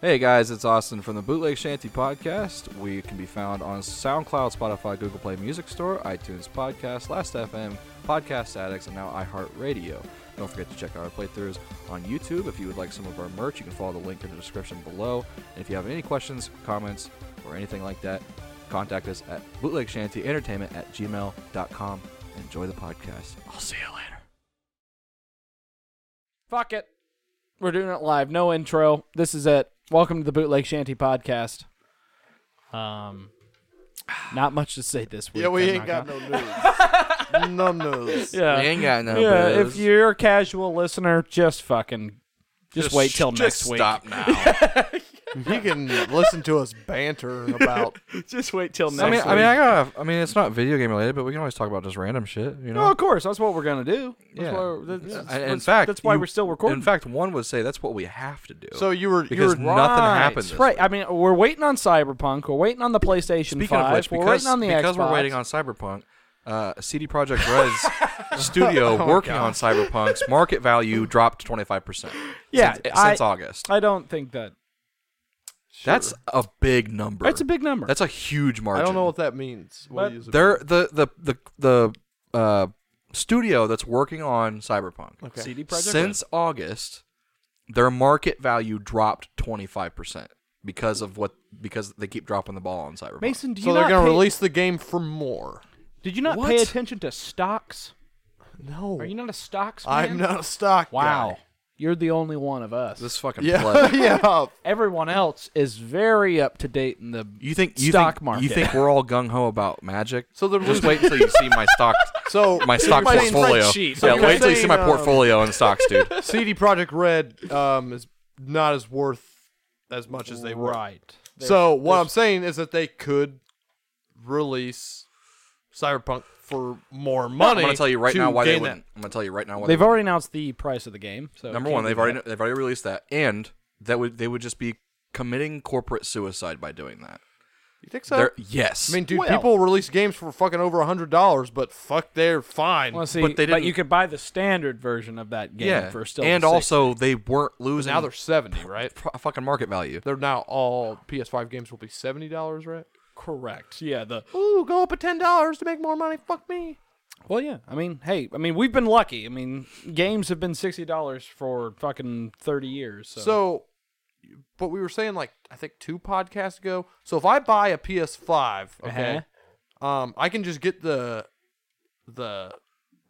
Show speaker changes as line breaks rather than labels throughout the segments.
Hey guys, it's Austin from the Bootleg Shanty Podcast. We can be found on SoundCloud, Spotify, Google Play Music Store, iTunes Podcast, Last FM, Podcast Addicts, and now iHeartRadio. Don't forget to check out our playthroughs on YouTube. If you would like some of our merch, you can follow the link in the description below. And if you have any questions, comments, or anything like that, contact us at bootlegshantyentertainment at gmail.com. Enjoy the podcast. I'll see you later.
Fuck it. We're doing it live. No intro. This is it. Welcome to the Bootleg Shanty Podcast. Um, not much to say this week.
Yeah, we
I'm
ain't
not
got
gonna-
no news. no news.
Yeah,
ain't got no
yeah.
booze.
If you're a casual listener, just fucking, just, wait till
just
next week.
Stop now.
You can listen to us banter about.
Just wait till next
I mean,
week.
I mean, I got. I mean, it's not video game related, but we can always talk about just random shit. You
no,
know.
of course. That's what we're gonna do. That's
Yeah.
why we're- that's-
Yeah,
that's-
and in
that's-
fact,
that's why
you-
we're still recording.
In fact, one would say that's what we have to do.
So you were you
because
were
nothing
Right.
happened. This
right.
week.
I mean, we're waiting on Cyberpunk. We're waiting on the PlayStation
Speaking
5.
of which,
we're
because
waiting on the
because we're
Xbox.
waiting on Cyberpunk, uh, CD Projekt Red's studio working on Cyberpunk's market value dropped twenty five percent.
Yeah,
since,
I-
since August.
I don't think that.
That's a big number.
That's a big number.
That's a huge margin.
I don't know what that means. What
But-
do you use it
They're the the the the uh, studio that's working on Cyberpunk.
for? okay.
CD Projekt. Red.
since August, their market value dropped twenty five percent because of what because they keep dropping the ball on Cyberpunk.
Mason, do you
So
not
they're gonna
pay,
release the game for more.
Did you not
What?
pay attention to stocks?
No,
Are you not a stocks man?
I'm not a stock.
Wow,
guy.
you're the only one of us.
this fucking
Yeah,
pleb.
yeah.
Everyone else is very up to date in the
You think you
stock
think,
market.
You think we're all gung ho about magic?
So they're
just
losing-
wait until you see my stock
So
my stock
you're saying
portfolio.
spreadsheet.
Yeah,
You're
wait until you see
saying,
my
uh,
um,
portfolio in stocks, dude.
CD Project Red um, is not as worth as much as they were.
right.
So what I'm saying is that they could release Cyberpunk for more money.
I'm gonna tell you right
to
now why they
gain that.
wouldn't. I'm gonna tell you right now why they
They've already announced the price of the game. So it
Number
can't
one,
be
they've already
that.
they've already released that, and that would they would just be committing corporate suicide by doing that.
You think so?
They're, yes,
I mean, dude,
Well-
people release games for fucking over a hundred dollars, but fuck, they're fine.
Well, see,
but
but,
they didn't-
you could buy the standard version of that game
yeah,
for still.
and
the same-
also they weren't losing
now they're seventy, right?
pro- fucking market value.
They're now all PS5 games will be seventy dollars, right?
correct. Yeah. The
Ooh, go up at ten dollars to make more money. Fuck me.
well, yeah. I mean, hey, I mean, we've been lucky. I mean, games have been sixty dollars for fucking thirty years. So,
So, but we were saying like I think two podcasts ago. So if I buy a PS5, okay,
Uh-huh.
um, I can just get the the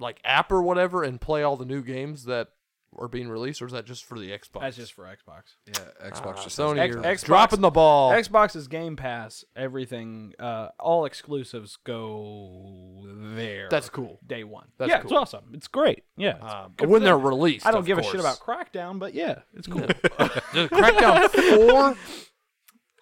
like app or whatever and play all the new games that are being released, or is that just for the Xbox?
that's just for Xbox.
Yeah, Xbox just
Sony,
X-
you're
Xbox-
dropping the ball.
Xbox's Game Pass, everything, uh, all exclusives go there.
That's cool.
Day one.
That's
yeah, it's
cool.
awesome. It's great. Yeah. it's
Um,
good for
when they're
them.
released,
I don't
of
give a shit
course.
about Crackdown, but yeah, it's cool.
Crackdown Four.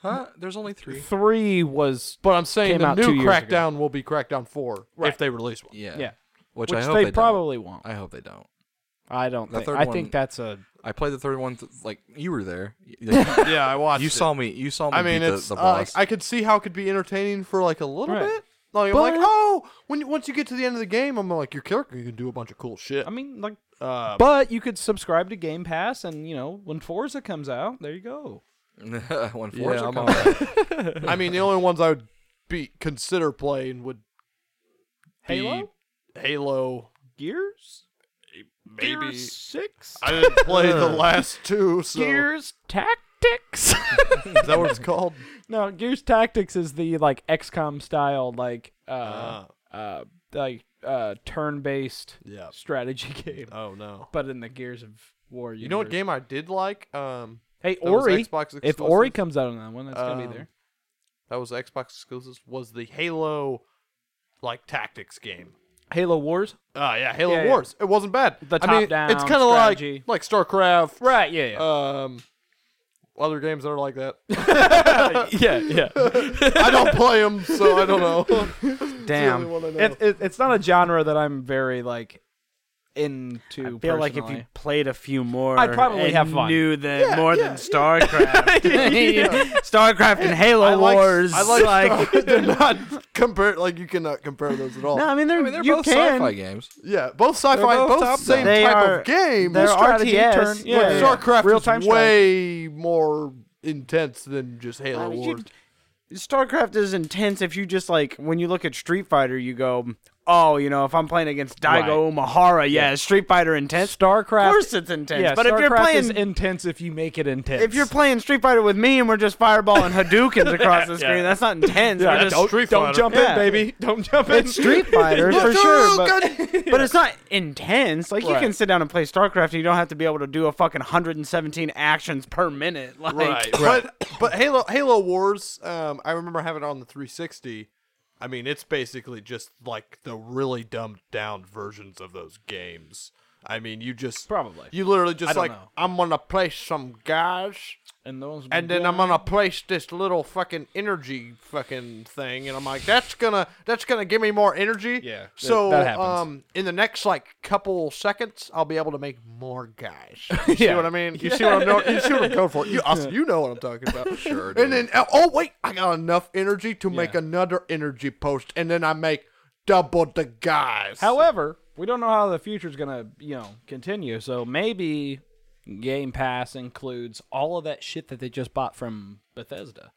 huh? There's only three.
Three was
But I'm saying
Came
the
out two years
new
ago.
Crackdown will be Crackdown Four if they release one.
Yeah.
yeah,
Which,
which
I hope
they,
they,
probably won't.
Don't. I hope they don't.
I don't.
The
Think.
third
I
one-
think that's a.
I played the third one. Th- like you were there. Like,
Yeah, I watched.
you saw me. You saw me.
I mean,
beat
it's
the, the
uh,
boss.
I could see how it could be entertaining for like a little
Right.
bit. Like
But-
I'm like, oh, when you- once you get to the end of the game, I'm like, your character you can do a bunch of cool shit.
I mean, like,
Uh,
but you could subscribe to Game Pass, and you know, when Forza comes out, there you go.
when
yeah,
Forza
I'm
comes
on that. I mean, the only ones I would be consider playing would be
Halo,
Halo.
Gears,
Maybe
Gears Six,
I didn't play the last two. So
Gears Tactics.
is that what it's called?
No, Gears Tactics is the like XCOM style, like uh,
Ah.
uh, like uh, turn-based
Yeah.
strategy game,
Oh no.
but in the Gears of War.
You know what
universe.
game I did like? Um,
Hey,
that was
Ori.
Xbox
If Ori
exclusive?
comes out on that one, that's gonna be
Um,
there.
that was Xbox exclusive was the Halo like tactics game.
Halo Wars.
Uh yeah, Halo
Yeah, yeah.
Wars. It wasn't bad.
The
I mean,
top-down
it's kind of like
strategy.
like StarCraft.
Right. Yeah. Yeah.
Um, other games that are like that.
yeah. Yeah.
I don't play them, so I don't know.
Damn.
only one I know.
It, it, it's not a genre that I'm very like into.
feel like if you
personally.
played a few more,
I'd probably
and
have fun.
Knew the
Yeah,
more
yeah,
than Starcraft, Starcraft and Halo
I like,
Wars.
I like, Star- they're not compare like you cannot compare those at all.
no, I mean they're,
I mean, they're
you
both
can.
sci-fi games.
Yeah, both sci-fi,
They're both
both,
top-down.
same
They
type
are-
of game.
they're
But
strategy
RTS.
turn-
yeah,
yeah,
yeah.
StarCraft
Real-time
is way more intense than just Halo
I mean,
Wars.
you- StarCraft is intense if you just like when you look at Street Fighter, you go, oh, you know, if I'm playing against Daigo Mahara, yeah, is Street Fighter intense.
StarCraft.
Of course, it's intense.
Yeah,
but
StarCraft
if you're
is
playing,
intense if you make it intense.
if you're playing Street Fighter with me and we're just fireballing Hadoukens across the screen, that's not intense. We're just-
don't- Street don't Fighter. jump
in, Yeah.
baby. Don't jump
it's Street Fighter for sure, but, but it's not intense. Like you
Right.
can sit down and play StarCraft, and you don't have to be able to do a fucking 117 actions per minute. Like,
right, But but Halo Halo Wars, um, I remember having it on the 360. I mean, it's basically just like the really dumbed down versions of those games. I mean, you just
Probably.
you literally just
don't
like
know.
I'm gonna play some guys,
And um, those
and then I'm gonna place this little fucking energy fucking thing, and I'm like, that's gonna that's gonna give me more energy.
Yeah, that-
So
that happens.
um, in the next like couple seconds, I'll be able to make more guys. You see
Yeah.
what I mean? You see what I'm doing? You see what I'm going for? You Austin, you know what I'm talking about.
Sure, dude.
And then oh, oh wait, I got enough energy to make another energy post, and then I make double the guys.
However, we don't know how the future's gonna, you know, continue. So maybe Game Pass includes all of that shit that they just bought from Bethesda.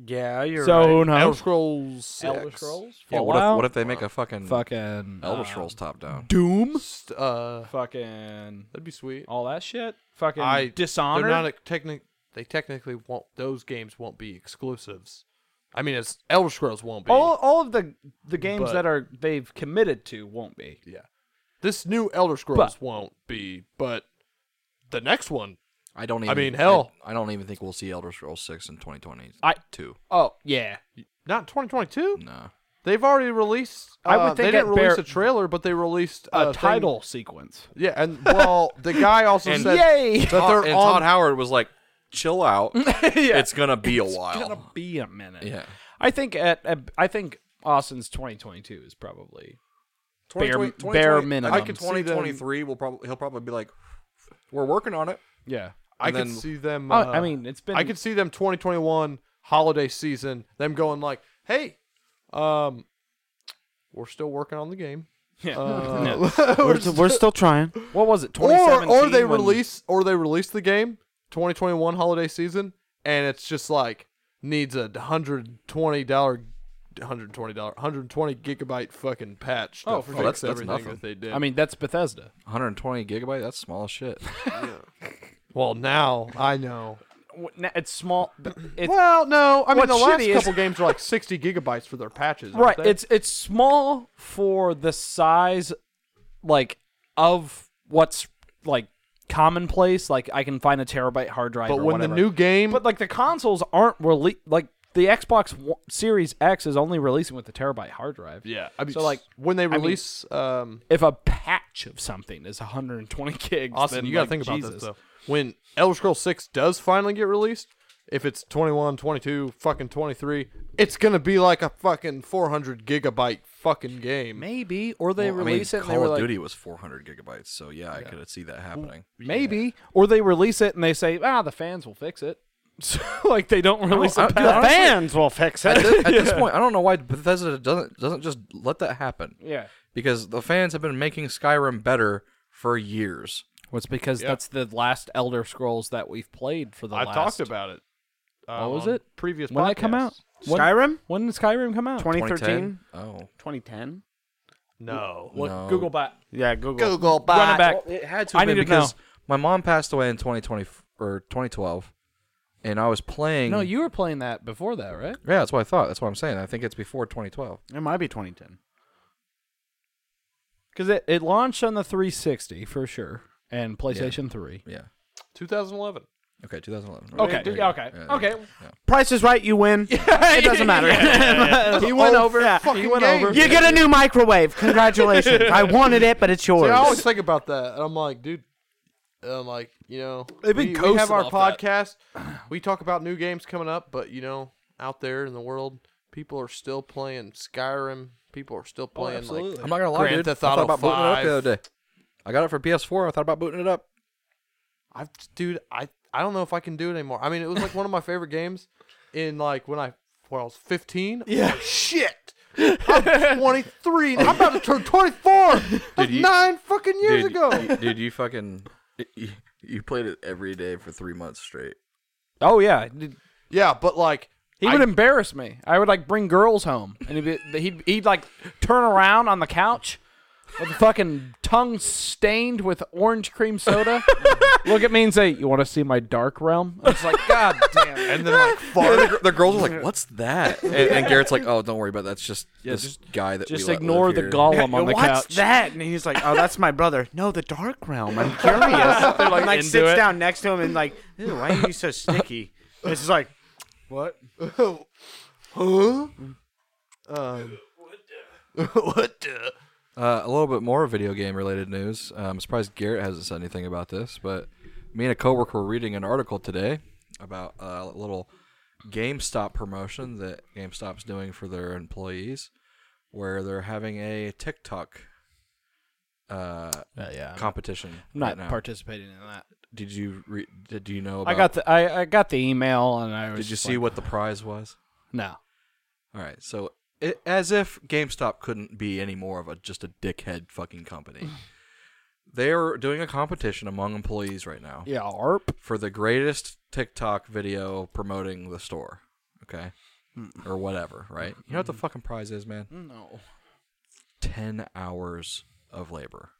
yeah, you're
so who knows?
Elder Scrolls, 6.
Elder Scrolls,
yeah, what, if,
Fallout,
what if they make a fucking
fucking
Elder
uh,
Scrolls top down?
Doom,
Uh,
fucking
that'd be sweet.
all that shit, fucking
I
Dishonored.
They're not a technic. They technically won't. Those games won't be exclusives. I mean, it's Elder Scrolls won't be.
all all of the the games
But-
that are they've committed to won't be.
Yeah. This new Elder Scrolls won't be, but the next one.
I don't even.
I mean, hell.
I, I don't even think we'll see Elder Scrolls six in 2022.
I-
Oh yeah,
Not 2022.
Nah.
They've already released.
I would
uh, they
think
didn't
at bare-
release a trailer, but they released
A
uh, thing-
title sequence.
Yeah, and well, the guy also said
Yay!
that they're
and
on.
Todd Howard was like, "Chill out. It's gonna be a while."
gonna be a minute.
Yeah.
I think at, at- I think Austin's 2022 is probably
2020
bare- bare
2020
minimum.
I could
see them-
2023. We'll probably he'll probably be like, "We're working on it."
yeah.
I
and
could
then-
see them.
Oh,
uh,
I mean, it's been
I could see them 2021 holiday season. Them going like, hey, um, we're still working on the game.
yeah.
we're, we're still trying.
What was it?
or
2017
or they
when-
release or they release the game 2021 holiday season and it's just like needs a hundred twenty dollar, hundred twenty dollar, hundred twenty gigabyte fucking patch. To
Oh, for sure.
fix
That's- that's
everything
nothing.
that they did.
I mean, that's Bethesda.
120 gigabyte. That's small as shit.
well, now I know.
W- n- It's small. but It's,
Well, no, I mean
What's
the last
shitty is-
couple games are like sixty gigabytes for their patches. aren't
right.
they?
It's it's small for the size, like of what's like commonplace. Like I can find a terabyte hard drive.
but
or
when
whatever.
the new game
but like the consoles aren't released. Like the Xbox One- Series X is only releasing with a terabyte hard drive.
Yeah, I mean,
So, like,
when they
mean-
release, um,
if a patch of something is 120 gigs,
Austin,
then,
you gotta
like,
think about
Jesus.
this though. When Elder Scrolls Six does finally get released, if it's 21, 22, fucking 23, it's gonna be like a fucking 400 gigabyte fucking game.
Maybe, or they
Well, I mean,
release it and
Call
they were
of
like,
Duty was 400 gigabytes, so yeah, I could see that happening.
maybe, or they release it and they say, ah, the fans will fix it. So like they don't release
I-
a
dude,
patch.
I- Honestly-
Uh, fans will fix
At
it.
this, at this point, I don't know why Bethesda doesn't doesn't just let that happen.
yeah.
Because the fans have been making Skyrim better for years.
Well, it's because
Yeah.
that's the last Elder Scrolls that we've played for the
I
last.
talked about it. Uh,
What was
on
it?
Previous
When did it come
podcasts.
out? When,
Skyrim,
when did Skyrim come out?
2013,
2010? Oh.
2010.
No.
What,
No.
Google bot.
Yeah, Google.
Google
Running back.
It had to
I
have been
need to
because my mom passed away in 2020 f- or 2012, and I was playing.
No, you were playing that before that, right?
Yeah, that's what I thought. That's what I'm saying. I think it's before 2012.
It might be 2010.
Because it, it launched on the 360 for sure and PlayStation 3.
Yeah.
2011.
Okay, 2011.
Okay.
There you go.
okay.
Yeah, yeah.
okay.
Price is right, you win. it doesn't matter.
He went over.
yeah,
Fucking
Oh, went
game.
over.
You get a new microwave. Congratulations. I wanted it, but it's yours.
See, I always think about that, and I'm like, dude. I'm like, you know,
They've been
we, we
coasting
have our
off
podcast. We talk about new games coming up, but you know, out there in the world, people are still playing Skyrim. People are still
Oh,
playing like
I'm not gonna lie,
Grand
dude.
Theft
I thought
Auto
about booting it up
5.
the other day. I got it for PS4. I thought about booting it up.
I dude, I I don't know if I can do it anymore. I mean, it was like one of my favorite games in like when I when I was 15. Yeah, shit. I'm 23.
Oh.
I'm about to turn 24. That's
you-
nine fucking years
dude,
ago.
y- dude, you fucking. y- y-
You played it every day for three months straight.
Oh yeah, Dude,
Yeah, but like
he would embarrass me. I would like bring girls home, and he'd be, he'd, he'd like turn around on the couch with a fucking tongue stained with orange cream soda, look at me and say, "You want to see my dark realm?" I was like, "God damn." it."
and then like fart.
the, the girls were like, "What's that?" And, and Garrett's like, "Oh, don't worry about that. That's just this
just-
guy that
Just
we let
ignore
live
the
here."
golem on the
What's
couch.
that? And he's like, oh, that's my brother. No, the dark realm. I'm curious. and, like,
into
sits
it.
down next to him and like, "Ew, why are you so sticky? And It's just like, what?
Um, what the?
Uh, a little bit more video game related news. Um, I'm surprised Garrett hasn't said anything about this, but me and a coworker were reading an article today about uh, a little GameStop promotion that GameStop's doing for their employees, where they're having a TikTok uh,
yeah, I'm
competition.
not
right now.
participating in that.
Did you re- did you know? About,
I got the I, I got the email and I was.
Did you
just
see
like,
what the prize was?
No.
All right, so it, as if GameStop couldn't be any more of a just a dickhead fucking company. They're doing a competition among employees right now
Yeah, ARP.
for the greatest TikTok video promoting the store, okay?
Mm.
Or whatever, right? You know what the fucking prize is, man?
No.
10 hours of labor.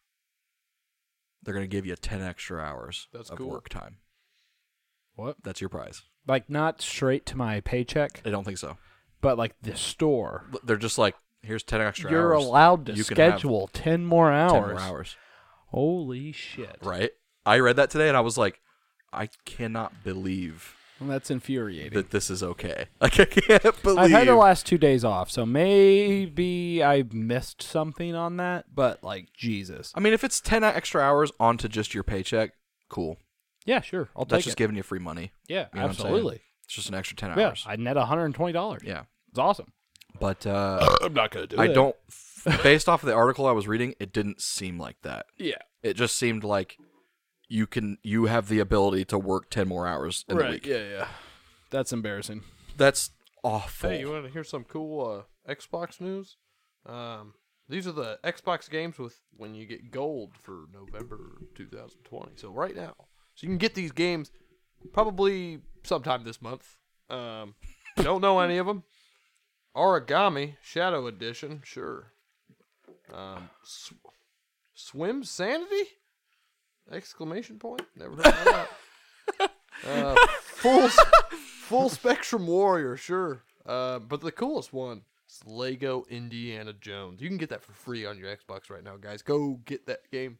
They're going to give you 10 extra hours
That's
of
cool.
work time.
What?
That's your prize.
Like not straight to my paycheck,
I don't think so.
but like the store.
L- They're just like, here's 10 extra
You're
hours.
allowed to
You can have
schedule ten more
10
hours.
more hours.
Holy shit!
Right? I read that today and I was like, I cannot believe
Well, that's infuriating.
that this is okay. Like I can't believe.
I've had the last two days off, so maybe I missed something on that. But like Jesus,
I mean, if it's ten extra hours onto just your paycheck, cool.
yeah, sure, I'll
That's
take
just
it.
giving you free money.
yeah,
You know what I'm saying?
absolutely.
It's just an extra ten
Yeah,
hours.
I net one hundred and twenty dollars.
Yeah,
it's awesome.
but uh,
I'm not gonna do
I don't. Based off of the article I was reading, it didn't seem like that.
Yeah,
It just seemed like you can you have the ability to work ten more hours in the
right.
week.
Yeah, yeah. That's embarrassing.
That's awful.
Hey, you want to hear some cool uh, Xbox news? Um, these are the Xbox games with when you get gold for November 2020. So right now, so you can get these games probably sometime this month. Um, don't know any of them. Origami Shadow Edition, sure. Um, sw- swim Sanity? Exclamation point! Never heard of that. Uh, full s- full spectrum warrior, sure. Uh, but the coolest one is Lego Indiana Jones. You can get that for free on your Xbox right now, guys. Go get that game.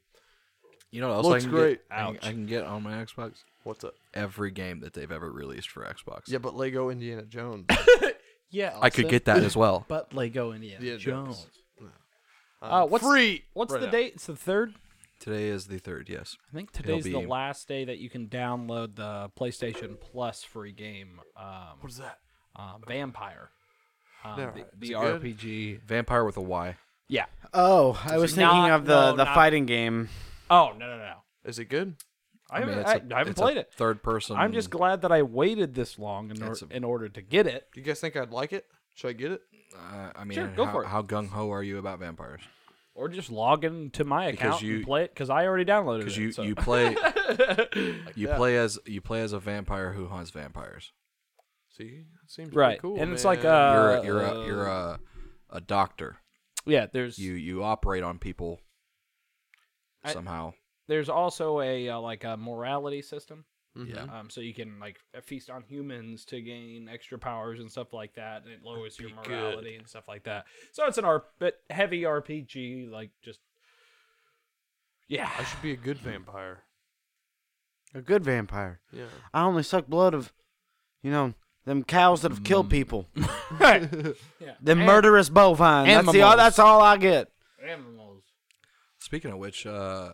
You know what else I
Looks
can
great.
get? I can- I can get on my Xbox
What's up?
every game that they've ever released for Xbox.
Yeah, but Lego Indiana Jones.
Yeah,
I could get that as well.
but Lego Indiana
Yeah,
Jones.
Uh,
Uh, what's
free?
What's
right
the
now.
date? It's the third.
Today is the third, yes.
I think
It'll
today's the
be-
last day that you can download the PlayStation Plus free game. Um,
What is that?
uh, Vampire. Um,
Yeah,
the
is
the
it good?
RPG.
Vampire with a Y.
Yeah.
Oh, I was thinking
Not-
of the,
no,
the
not-
fighting game.
Oh no no no.
Is it good?
I haven't,
it's
I,
a-
I haven't
it's a
played it.
Third person.
I'm just glad that I waited this long in, or,
It's a-
in order to get it.
Do you guys think I'd like it? Should I get it?
Uh, I mean,
Sure, go
how,
for it.
How gung ho are you about vampires?
Or just log into my
Because
account
you-
and play it because I already downloaded it.
Because you,
so-
you play you play as you play as a vampire who hunts vampires.
See, that seems pretty
right,
cool.
and it's like
man.
You're
uh,
a, you're a, you're a, a doctor.
yeah. There's
You you operate on people
I-
somehow.
there's also a uh, like a morality system.
Yeah.
Um, so you can like feast on humans to gain extra powers and stuff like that, and it lowers your morality and stuff like that. So it's an R, but heavy RPG, like just yeah.
I should be a good vampire.
A good vampire.
Yeah.
I only suck blood of, you know, them cows that have killed people.
Mm. Yeah.
Them murderous bovine. That's, the, all,
Animals.
that's all I get.
Animals.
Speaking of which, uh,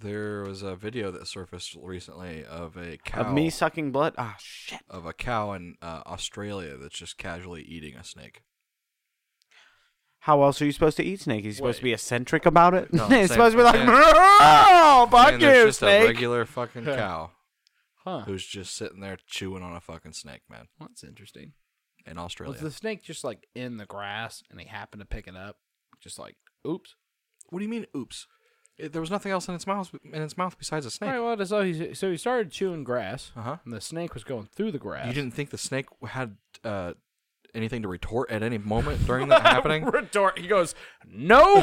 there was a video that surfaced recently of a cow
Of me sucking blood? Ah, shit.
of a cow in uh, Australia that's just casually eating a snake.
How else are you supposed to eat snake? He's supposed to
Wait.
be eccentric about it?
No, same-
He's supposed to be like,
same-
oh, fuck
and there's
you,
just a
snake.
regular fucking cow
Huh.
who's just sitting there chewing on a fucking snake, man,
that's interesting.
in Australia.
Was the snake just like in the grass and he happened to pick it up? Just like, oops.
What do you mean? Oops.
It, there was nothing else in its mouth in its mouth besides a
All
snake.
right, well, so he so he started chewing grass,
Uh-huh.
and the snake was going through the grass.
You didn't think the snake had uh, anything to retort at any moment during that happening?
retort. He goes, "No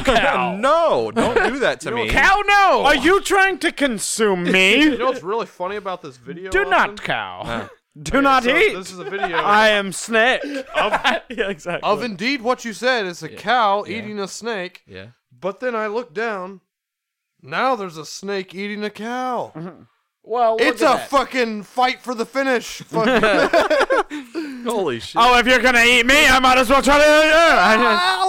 cow,
no, don't do that to me.
cow, no.
Are you trying to consume
You
me?
know what's really funny about this video?
do
Austin?
not cow?"
Do not
So
eat.
This is a video Oh,
I am snake.
yeah, exactly.
of indeed what you said. It's a cow eating a snake.
Yeah.
But then I look down. Now there's a snake eating a cow.
Well, look
It's a
at that.
fucking fight for the finish. Fucking
Holy shit.
Oh, if you're gonna eat me, I might as well try to. I-
cow.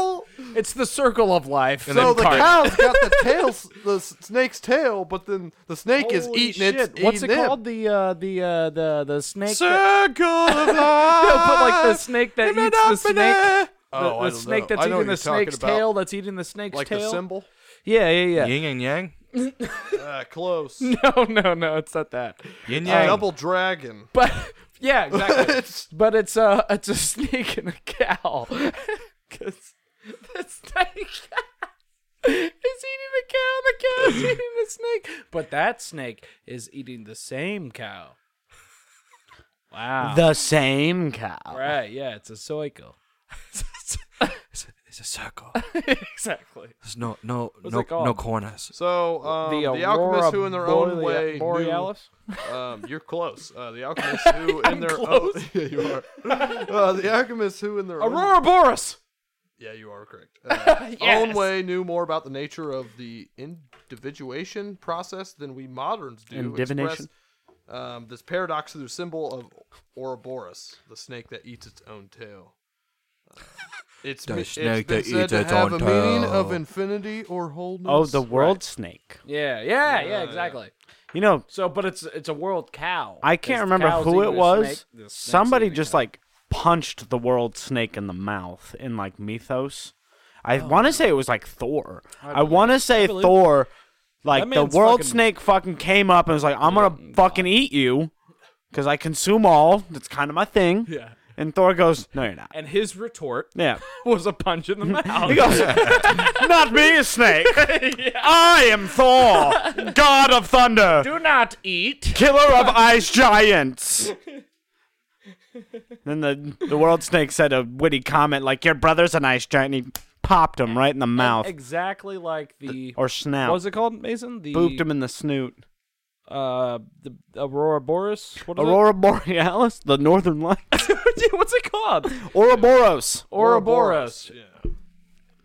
It's the circle of life.
So the cow's got the tail, s- the s- snake's tail, but then the snake is
Holy
eating it.
shit. What's it called? The uh, the uh, the the snake. that-
Circle of life.
No, but like the snake that eats the snake. The,
Oh, I
the
don't
snake
know.
that's
I
eating the
know what you're talking
snake's
about.
tail. That's eating the snake's
Like the
tail.
symbol.
yeah, yeah, yeah.
Yin and yang.
Uh, close.
No, no, no. It's not that.
Yin yang.
Double dragon.
But yeah, exactly.
It's-
But it's a it's a snake and a cow. Because the snake is eating the cow, and the cow is eating the snake. But that snake is eating the same cow. Wow.
The same cow.
right? Yeah, it's a cycle.
It's, it's a circle.
exactly.
There's no no
it
no
called?
no corners.
So um, the, alchemists who in their own way knew, um, you're close. Uh, the alchemists who in their own yeah, you are. Uh, the alchemists who in their own
Aurora Boris.
yeah you are correct. Uh, Own
Yes.
way knew more about the nature of the individuation process than we moderns do.
And divination.
Express, Um, this paradox through the symbol of Ouroboros, the snake that eats its own tail. Uh, It's,
The
me-
snake
it's been
that
said
eats
to
its
have
own
a meaning
tail.
of infinity or wholeness.
Oh, the world snake.
Yeah, yeah, yeah, exactly.
You know,
So, but it's it's a world cow.
I can't
It's
remember
cows
who
eating
it
the
was.
snake, the snake's
Somebody
eating the
just
cow.
like punched the world snake in the mouth in like mythos. I want to say it was like Thor. I, want to say
Oh. believe-
Thor. Like the
man's
world
fucking- Mm,
snake fucking came up and was like, "I'm gonna fucking eat you, because I consume all. That's kind of my thing."
Yeah.
And Thor goes, "No, you're not."
And his retort
Yeah.
was a punch in the mouth.
He goes, "Not me, a snake. I am Thor, god of thunder."
Do not eat.
killer of ice giants. then the the world snake said a witty comment like, "Your brother's an ice giant." And he popped him right in the mouth
Exactly like the.
or
what
snout,
was it called, Mason? The
booped him in the snoot.
Uh, the Aurora Boris. What is
Aurora borealis, the northern lights.
It? What's it called?
Ouroboros.
Ouroboros.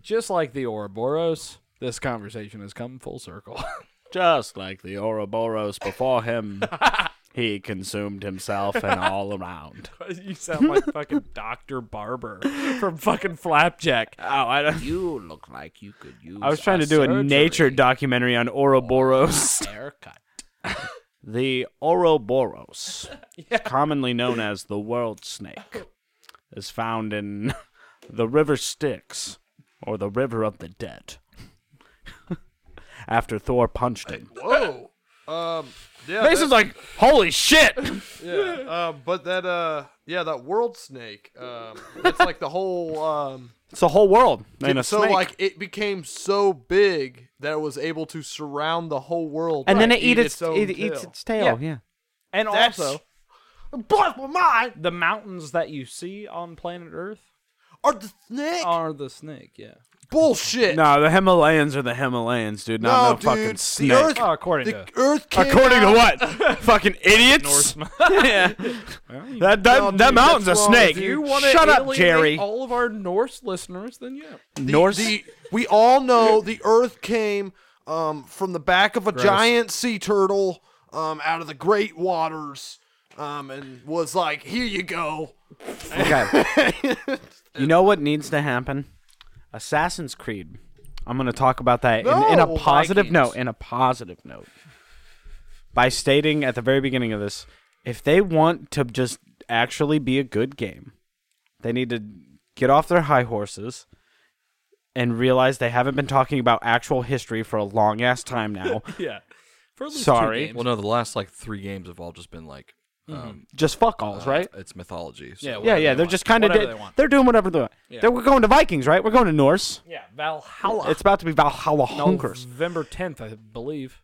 Just like the Ouroboros, this conversation has come full circle.
Just like the Ouroboros before him, he consumed himself and all around.
you sound like fucking Doctor Barber from fucking Flapjack.
Oh, I don't.
You look like you could use.
I was trying to do a nature documentary on Ouroboros.
haircut.
The Ouroboros, commonly known as the world snake, is found in the River Styx, or the River of the Dead. After Thor punched him,
Whoa. Um, yeah,
Mason's like, "Holy shit!"
Yeah, um, but that uh, yeah, that world snake. Um, it's like the whole um.
It's the whole world and a
so
snake,
like it became so big that it was able to surround the whole world.
and then
and
it, eat its,
own
it eats
tail.
its tail. Yeah.
And
That's-
also, the mountains that you see on planet Earth
Are the snake
Uh,
are the snake. Yeah.
bullshit?
No, the Himalayans are the Himalayans, dude. Not no,
No, dude.
fucking
The
snake.
Earth-
Oh, according
The
to
Earth came
According to
out-
what? fucking idiots. yeah. That that,
No,
that
dude,
mountain's a
that's wrong,
snake.
dude.
you want to
Shut up, Jerry.
All of our Norse listeners, then yeah.
the,
Norse.
the- we all know the Earth came um from the back of a giant sea turtle um out of the great waters um and was like here you go
Okay. you know what needs to happen? Assassin's Creed. I'm going to talk about that in, in a
No,
positive
Vikings.
note. In a positive note. By stating at the very beginning of this, if they want to just actually be a good game, they need to get off their high horses and realize they haven't been talking about actual history for a long ass time now.
Yeah. For at least two
Sorry.
games.
Well, no, the last like three games have all just been like
Um,
Just fuck alls,
uh,
right?
It's mythology. so-
Yeah,
Yeah,
whatever
yeah.
they
They're
want.
just kind of
Whatever they want.
they are doing whatever they want.
Yeah.
They're, we're going to Vikings, right? We're going to Norse.
Yeah, Valhalla.
It's about to be Valhalla Hunkers.
November 10th, I believe.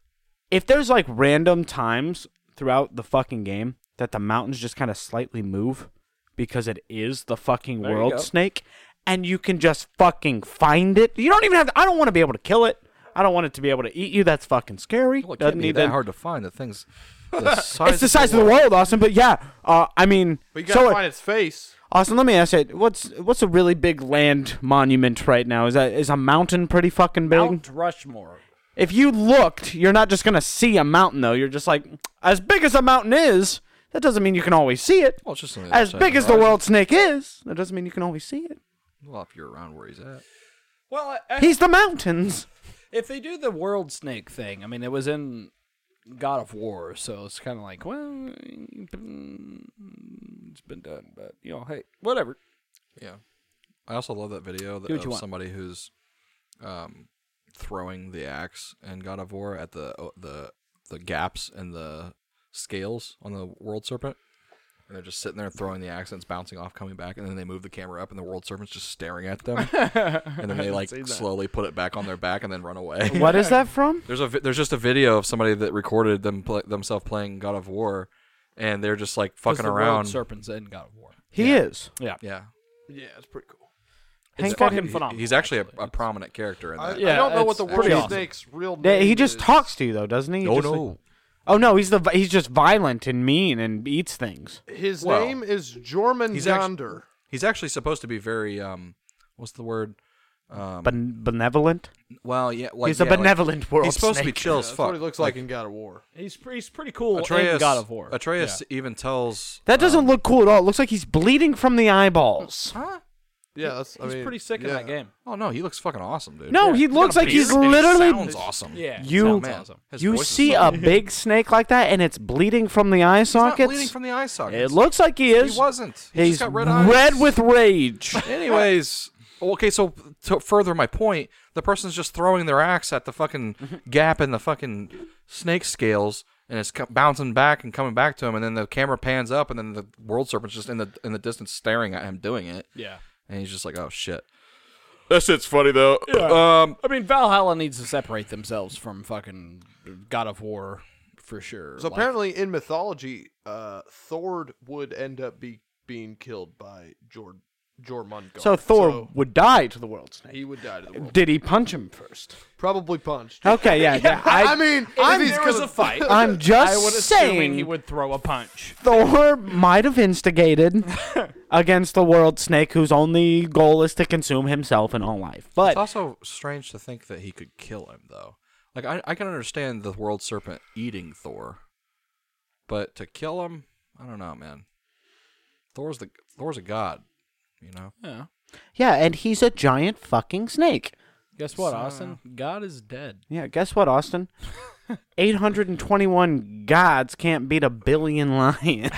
If there's like random times throughout the fucking game that the mountains just kind of slightly move because it is the fucking
you
world
go.
snake and you can just fucking find it. You don't even have to, I don't want to be able to kill it. I don't want it to be able to eat you. That's fucking scary.
Well, it can't
Doesn't
be
need
that
to-
hard to find. The thing's the size.
It's the size of the world, Austin, but yeah. Uh, I mean,
But you gotta
so uh,
find its face.
Austin, let me ask you, what's what's a really big land monument right now? Is that is a mountain pretty fucking big?
Mount Rushmore.
If you looked, you're not just gonna see a mountain though. You're just like, as big as a mountain is, that doesn't mean you can always see it.
Well, it's just on the
As
other side
big
of
as the
horizon.
world snake is, that doesn't mean you can always see it.
Well, if you're around where he's at.
Well, I- I-
He's the mountains.
if they do the world snake thing, I mean, it was in God of War, so it's kind of like, well, mm, it's been done, but you know, hey, whatever.
Yeah. I also love that video that
Do what
of
you want.
somebody who's um, throwing the axe in God of War at the the the gaps and the scales on the world serpent. And they're just sitting there throwing the axe and it's bouncing off, coming back, and then they move the camera up and the world serpent's just staring at them. and then they like slowly put it back on their back and then run away.
What is that from?
There's a vi- there's just a video of somebody that recorded them pl- themselves playing God of War, and they're just like
'Cause
fucking
the world
around.
serpents in God of War.
He is.
Yeah,
yeah,
Yeah, it's pretty cool.
Hank
fucking
Adam-
He-
phenomenal,
He's actually,
actually.
A, a prominent character in
I,
that.
Yeah,
I don't know
it's
what the world
pretty awesome.
snake's real
Yeah,
name
he just
is.
talks to you though, doesn't he? He
oh
just, like-
no,
oh no, he's the vi- he's just violent and mean and eats things.
His
Well,
name is Jorman
he's actu-
Gonder.
he's actually supposed to be very um, what's the word? Um,
Ben- benevolent.
well, yeah, like,
he's a
yeah, like-
benevolent world
he's supposed to
snake.
be chill as
That's
fuck.
what he looks like in God of War.
he's pre- he's pretty cool
Atreus,
in God of War.
Atreus even tells
That doesn't look cool at all. It looks like he's bleeding from the eyeballs.
Huh?
Yeah, that's. I
he's
mean,
pretty sick in
yeah.
that game.
Oh no, he looks fucking awesome, dude.
No, he looks like he's
And he
literally
sounds awesome.
Yeah,
You-
sounds
man.
awesome.
His
You
voice is
see
so-
a big snake like that, and it's bleeding from the eye
He's not
sockets.
bleeding from the eye sockets.
it looks like he is.
He wasn't. He
He's
just got red eyes.
red with rage.
Anyways, okay, so to further my point, the person's just throwing their axe at the fucking gap in the fucking snake scales, and it's co- bouncing back and coming back to him, and then the camera pans up, and then the world serpent's just in the in the distance staring at him doing it,
Yeah,
and he's just like, "Oh shit." That shit's funny though. Um,
I mean, Valhalla needs to separate themselves from fucking God of War for sure.
So
Like,
apparently, in mythology, uh, Thor would end up be being killed by Jor Jormungandr.
so Thor would die to the world snake.
he would die to the world.
Did he punch him first?
Probably punched.
Okay, yeah, yeah.
I,
I,
mean,
if
I'm
there was a fight,
I'm
I would
just
assume
saying
he would throw a punch.
Thor might have instigated against the world snake, whose only goal is to consume himself and all life.
It's
But
also strange to think that he could kill him, though. Like I, I can understand the world serpent eating Thor, but to kill him, I don't know, man. Thor's the Thor's a god, you know.
Yeah.
yeah, and he's a giant fucking snake.
Guess what, Austin? God is dead.
Yeah, guess what, Austin? 821 gods can't beat a billion lions.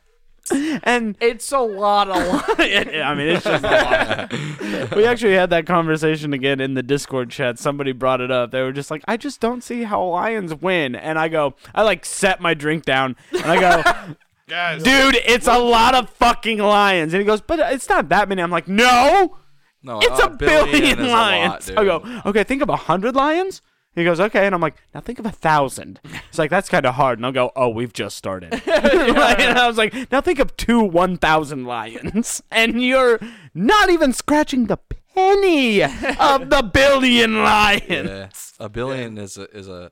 and
It's a lot of
I mean, it's just a lot. we actually had that conversation again in the Discord chat. Somebody brought it up. They were just like, "I just don't see how lions win." And I go, I like set my drink down and I go,
guys.
"Dude, it's a lot of fucking lions." And he goes, "But it's not that many." I'm like, "No."
No,
It's a, billion,
is a lot,
lions.
dude.
I go, okay, think of a hundred lions. He goes, okay, and I'm like, now think of a thousand. It's like that's kind of hard, and I'll go, oh, we've just started. Like, and I was like, now think of two one thousand lions, and you're not even scratching the penny of the billion lion.
Yeah. A billion is a is a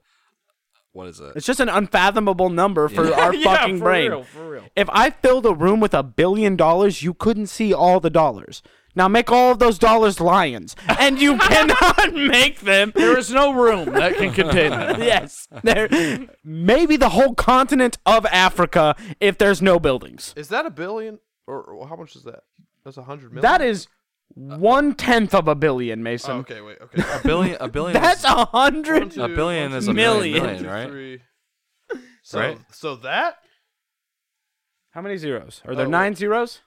what is it?
It's just an unfathomable number for our fucking
for
brain.
real, for real.
If I filled a room with a billion dollars, you couldn't see all the dollars. Now make all of those dollars lions, and you cannot make them.
There is no room that can contain them.
Yes, there. Maybe the whole continent of Africa, if there's no buildings.
Is that a billion or, or how much is that? That's a hundred million.
That is one tenth of a billion,
Oh,
Mason.
okay, wait, okay.
A billion. A billion. is,
That's a hundred.
a billion is a
million.
million, million right?
right? So,
Right?
so that
How many zeros? Are
there nine
zeros?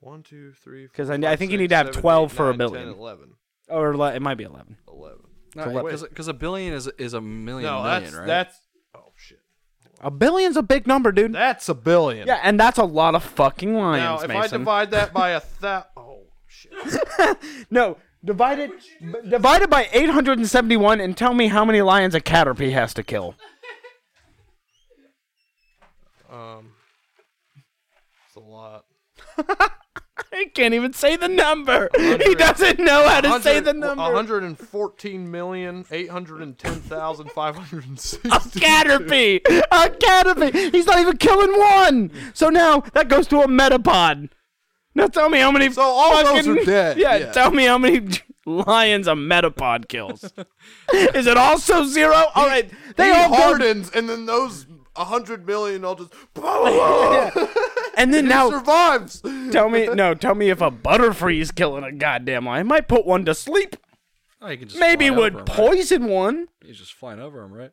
one, two, three.
'Cause
four,
I- I
five,
think you
six,
need to have
seven,
12
eight,
for a
nine, 10,
billion.
11.
Or ele- it might be eleven.
11.
Because a billion is is a million
No,
million,
that's
right?
that's. Oh shit.
A billion's a big number, dude.
That's a billion.
yeah, and that's a lot of fucking lions,
Now, if I
Mason.
divide that by a that, oh shit.
no, divide it, b- divide it by 871 and tell me how many lions a caterpie has to kill.
Um, it's a lot.
He can't even say the number. He doesn't know how to say the number.
114,810,560.
Caterpie! A caterpie! He's not even killing one! So now that goes to a metapod. Now tell me how many.
So all those
fucking-
are dead,
Yeah,
yeah.
tell me how many lions a metapod kills. Is it also zero? All right. They
He
all go-
hardens, and then those 100 million all just. yeah.
And then now.
survives.
Tell me, no, tell me if a butterfree's killing a goddamn lion. It might put one to sleep.
Oh, you can just
Maybe
fly
would
over 'em, right?
poison one.
You're just flying over them, right?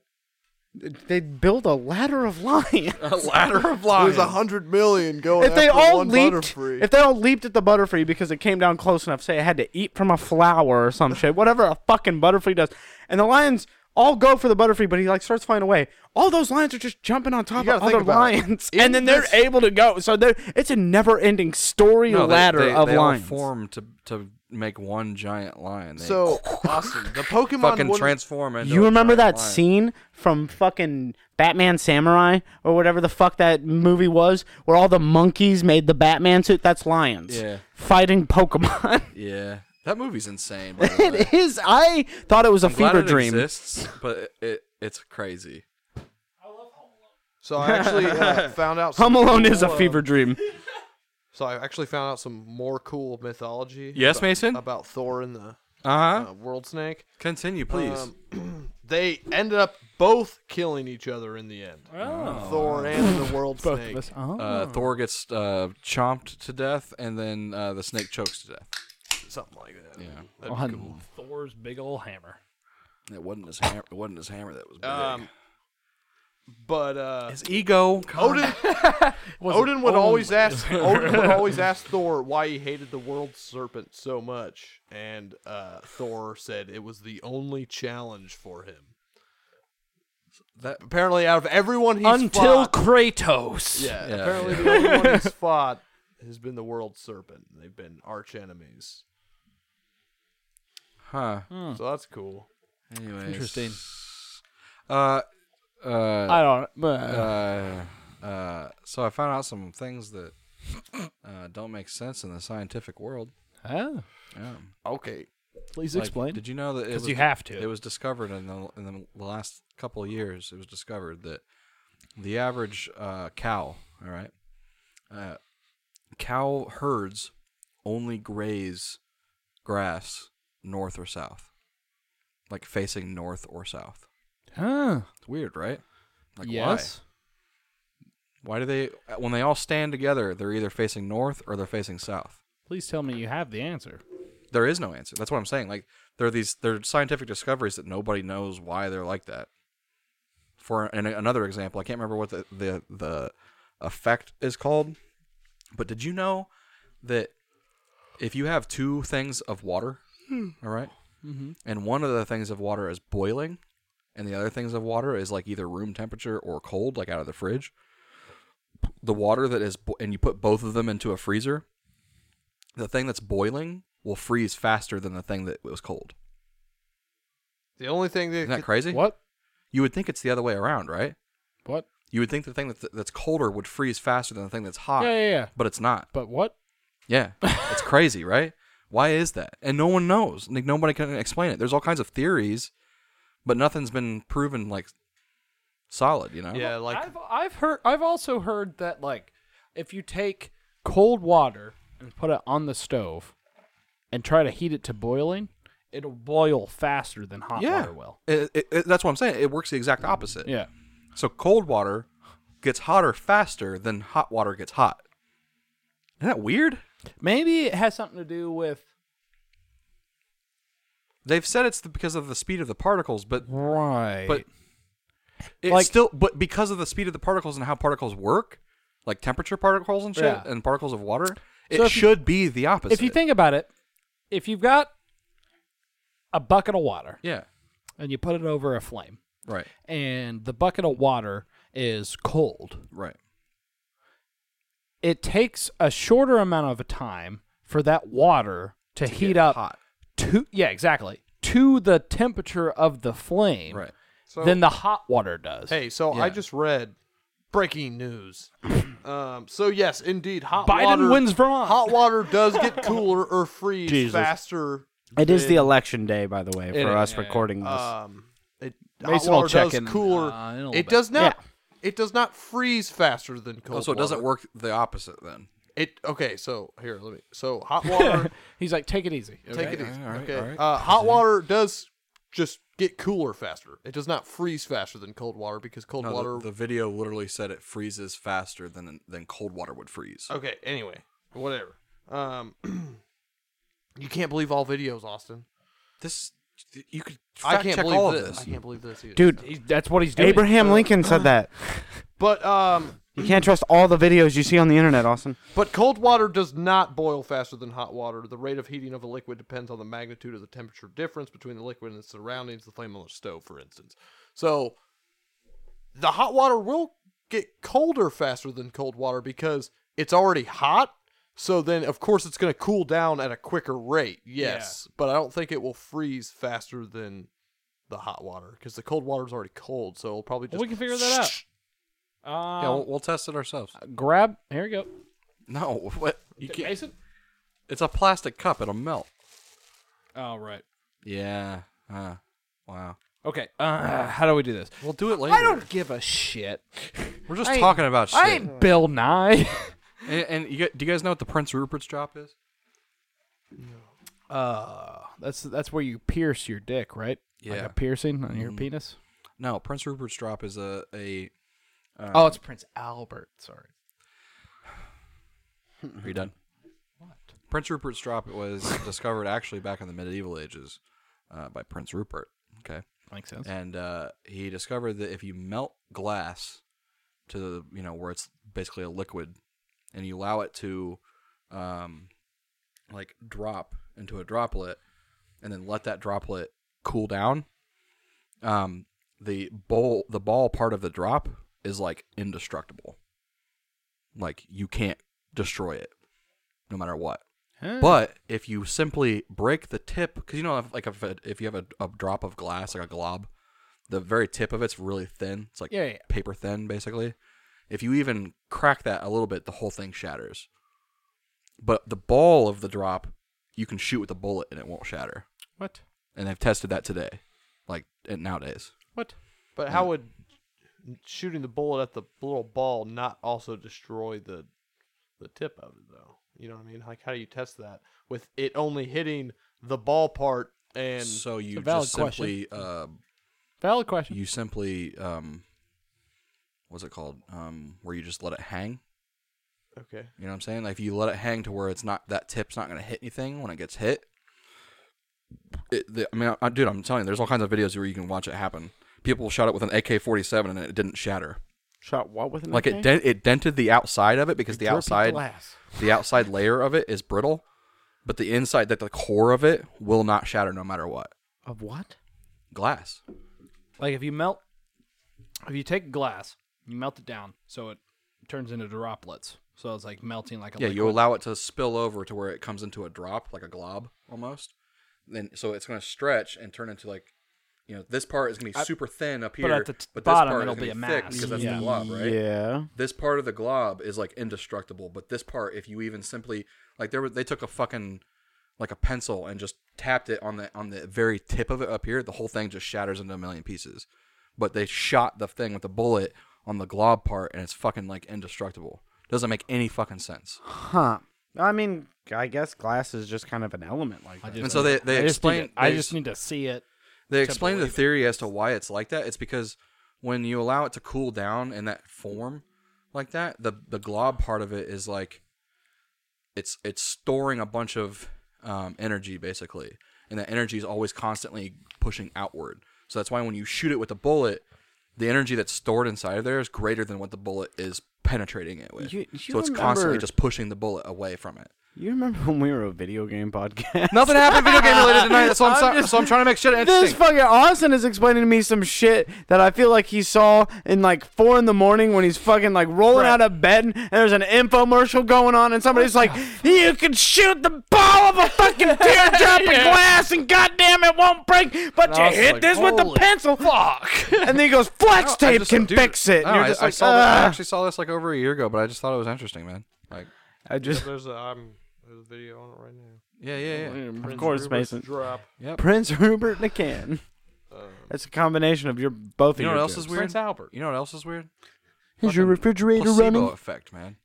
They'd build a ladder of lions.
A ladder of
There's
lions.
100 million going
if they
after
all
one
leaped,
Butterfree.
if they all leaped at the butterfree because it came down close enough, say it had to eat from a flower or some shit, whatever a fucking butterfree does, and the lions all go for the butterfree, but he like starts flying away. All those lions are just jumping on top
You
of
gotta think
other
about it.
lions,
In
and then they're
this-
able to go. So they're, it's a never-ending story
No, they-
ladder
they,
of
they all
lions.
form to to make one giant lion. They
so, Austin, the Pokemon.
fucking
wouldn't-
transform into
You
a
remember
giant
that
lion.
scene from fucking Batman Samurai or whatever the fuck that movie was, where all the monkeys made the Batman suit? That's lions
Yeah.
fighting Pokemon.
Yeah, that movie's insane. by the way.
it is. I thought it was a
I'm glad
fever
it
dream.
exists, but it, it it's crazy.
So I actually uh, found out. Some
Home Alone is a
cool, uh,
fever dream.
So I actually found out some more cool mythology.
Yes,
about,
Mason?
About Thor and the
Uh huh.
uh, World Snake.
Continue, please.
They ended up both killing each other in the end.
Oh.
Thor and the World Snake.
uh, Thor gets uh, chomped to death, and then uh, the snake chokes to death.
Something like that.
Yeah,
That'd be cool.
Thor's big old hammer.
it wasn't his hammer. It wasn't his hammer that was big.
Um, but uh,
his ego.
Odin, Odin would always ask Odin would always ask Thor why he hated the world serpent so much, and uh, Thor said it was the only challenge for him.
That-
apparently, out of everyone he's
Until
fought,
Kratos.
yeah,
Yeah.
apparently the only one he's fought has been the world serpent. They've been arch enemies,
Huh.
so that's cool.
Anyways.
Interesting.
Uh, uh,
I don't.
uh, uh, so I found out some things that uh, don't make sense in the scientific world.
oh,
Yeah.
Okay,
please
Like,
explain.
Did you know that it
'Cause
was
you have to.
It was discovered in the in the last couple of years. It was discovered that the average uh, cow, all right, uh, cow herds only graze grass north or south, like facing north or south.
huh.
It's weird, right? Like
yes.
why? Why do they when they all stand together, they're either facing north or they're facing south?
Please tell me you have the answer.
There is no answer. That's what I'm saying. Like there are these there are scientific discoveries that nobody knows why they're like that. For an, another example, I can't remember what the, the the effect is called, but did you know that if you have two things of water, all right, and one of the things of water is boiling, and the other things of water is like either room temperature or cold, like out of the fridge. The water that is, bo- and you put both of them into a freezer, the thing that's boiling will freeze faster than the thing that was cold.
the only thing that,
Isn't that crazy?
What?
You would think it's the other way around, right?
What?
You would think the thing that's, that's colder would freeze faster than the thing that's hot,
Yeah, yeah, yeah.
but it's not.
But what?
Yeah, it's crazy, right? Why is that? And no one knows. Like nobody can explain it. There's all kinds of theories, but nothing's been proven like solid. You know?
yeah, like
I've I've heard I've also heard that like if you take cold water and put it on the stove and try to heat it to boiling, it'll boil faster than hot
Yeah.
water will.
It- it- it- that's what I'm saying. It works the exact opposite.
Yeah.
So cold water gets hotter faster than hot water gets hot. Isn't that weird?
Maybe it has something to do with
They've said it's the, because of the speed of the particles, but
right.
but it's
Like-
still but because of the speed of the particles and how particles work, like temperature particles and shit,
Yeah.
and particles of water, it
if you-
should be the opposite.
if you think about it, if you've got a bucket of water
yeah,
and you put it over a flame
right,
and the bucket of water is cold.
Right.
It takes a shorter amount of time for that water to, heat
Get
up
hot.
to yeah, exactly. To the temperature of the flame
Right.
So,
than the hot water does.
hey, so
Yeah.
I just read breaking news. um, so yes, indeed, hot
Biden
water
wins Vermont.
Hot water does get cooler or freeze
Jesus.
faster.
It is the election day, by the way, for
is,
us
yeah, yeah.
recording this.
Uh,
Um, it hot
Mason will
water
check
does
in,
cooler.
uh, in a little
it
bit.
does not. It does not freeze faster than cold.
Oh, so it doesn't
water.
work the opposite then.
It okay. So here, let me. So hot water.
He's like, take it easy.
Take it
Okay,
easy.
all right,
okay.
all right.
Uh, hot water does just get cooler faster. It does not freeze faster than cold water because cold
No,
water.
the, the video literally said it freezes faster than than cold water would freeze.
Okay. Anyway, whatever. Um, you can't believe all videos, Austin.
This you could
I
fact
can't
check
believe
all
this.
of
I
this.
can't believe this either.
Dude,
He- that's what he's doing.
Abraham
uh,
Lincoln said that.
But um,
You can't trust all the videos you see on the internet, Austin.
but cold water does not boil faster than hot water. The rate of heating of a liquid depends on the magnitude of the temperature difference between the liquid and its surroundings. The flame on the stove, for instance. So the hot water will get colder faster than cold water because it's already hot. So then, of course, it's going to cool down at a quicker rate. Yes, but I don't think it will freeze faster than the hot water because the cold water is already cold. So it'll probably just
we can figure that out. Uh,
yeah, we'll, we'll test it ourselves.
Grab. Here we go.
No, what you can't.
Mason.
It's a plastic cup. It'll melt.
Oh right.
Yeah. Uh, wow.
Okay. Uh, how do we do this?
We'll do it later.
I don't give a shit.
We're just
I ain't-
talking about shit.
I ain't Bill Nye.
And, and you, gu- do you guys know what the Prince Rupert's drop is?
Uh, that's that's where you pierce your dick, right? like
Yeah. Mm-hmm.
a piercing on your penis.
No, Prince Rupert's drop is a a. Uh,
oh, it's Prince Albert. Sorry.
Are you done? What? Prince Rupert's drop was discovered actually back in the medieval ages, uh, by Prince Rupert. Okay.
Makes sense.
and uh, he discovered that if you melt glass to the you know where it's basically a liquid and you allow it to um, like drop into a droplet and then let that droplet cool down um, the bowl the ball part of the drop is like indestructible like you can't destroy it no matter what
Mm.
but if you simply break the tip, because you know, if, like if, it, if you have a, a drop of glass, like a glob, the very tip of it's really thin. It's like
Yeah, yeah.
paper thin, basically. If you even crack that a little bit, the whole thing shatters. But the ball of the drop, you can shoot with a bullet and it won't shatter.
What?
And they've tested that today, like and nowadays.
What?
But how would shooting the bullet at the little ball not also destroy the the tip of it though? You know what I mean? Like how do you test that with it only hitting the ball part and
so you
valid Mm.
just simply, uh,
Valid question.
you simply, um, what's it called? Um, where you just let it hang.
okay.
You know what I'm saying? Like if you let it hang to where it's not that tip's not going to hit anything when it gets hit. It, the, I mean, I, I- dude, I'm telling you, there's all kinds of videos where you can watch it happen. People shot it with an AK-47 and it didn't shatter.
Shot what with an
Like it, dent, it dented the outside of it because the outside, the outside layer of it is brittle, but the inside, that the core of it, will not shatter no matter what.
Of what?
Glass.
Like if you melt, if you take glass, you melt it down, so it turns into droplets. So it's like melting like a
Yeah, you
liquid.
allow it to spill over to where it comes into a drop, like a glob almost. Then so it's going to stretch and turn into like, you know, this part is going to be super thin up here,
at the t-
but this
bottom
part
it'll
is gonna
be a
thick
mass.
because that's
Yeah.
the glob, right?
Yeah.
This part of the glob is like indestructible, but this part, if you even simply like, there was they took a fucking like a pencil and just tapped it on the on the very tip of it up here, the whole thing just shatters into a million pieces. But they shot the thing with a bullet on the glob part, and it's fucking like indestructible. Doesn't make any fucking sense.
Huh. I mean, I guess glass is just kind of an element like that.
And so they, they
I just, need
explain
to, I
they-
just need to see it.
they explain the theory as to why it's like that. It's because when you allow it to cool down in that form like that, the the glob part of it is like it's it's storing a bunch of um, energy basically, and that energy is always constantly pushing outward. So that's why when you shoot it with a bullet, the energy that's stored inside of there is greater than what the bullet is penetrating it with.
You- you
so it's constantly
remember-
just pushing the bullet away from it.
You remember when we were a video game podcast?
Nothing happened video game related tonight, so I'm, so, so I'm trying to make shit
This
interesting.
fucking Austin is explaining to me some shit that I feel like he saw in like four in the morning when he's fucking like rolling out of bed and there's an infomercial going on and somebody's like, "You can shoot the ball of a fucking teardrop in glass and goddamn it won't break, but you
Austin's
hit
like,
this with the
"Holy
pencil." Fuck. And then he goes, "Flex
No, I
tape
just-
can
dude,
fix it." And
no,
you're
Oh, I,
just
I
like, "Ah!"
saw this, I
"Ugh."
actually saw this like over a year ago, but I just thought it was interesting, man. Like,
I just
There's a, I'm, there's a video on it right now.
yeah, yeah,
Mm-hmm.
yeah.
of course, Mason.
Drop.
Prince Rupert and a can. That's a combination of your both
Um, You know
of
what
your
else
goods.
is weird?
Prince Albert.
You know what else is weird?
Is your refrigerator
Placebo
running?
effect, man.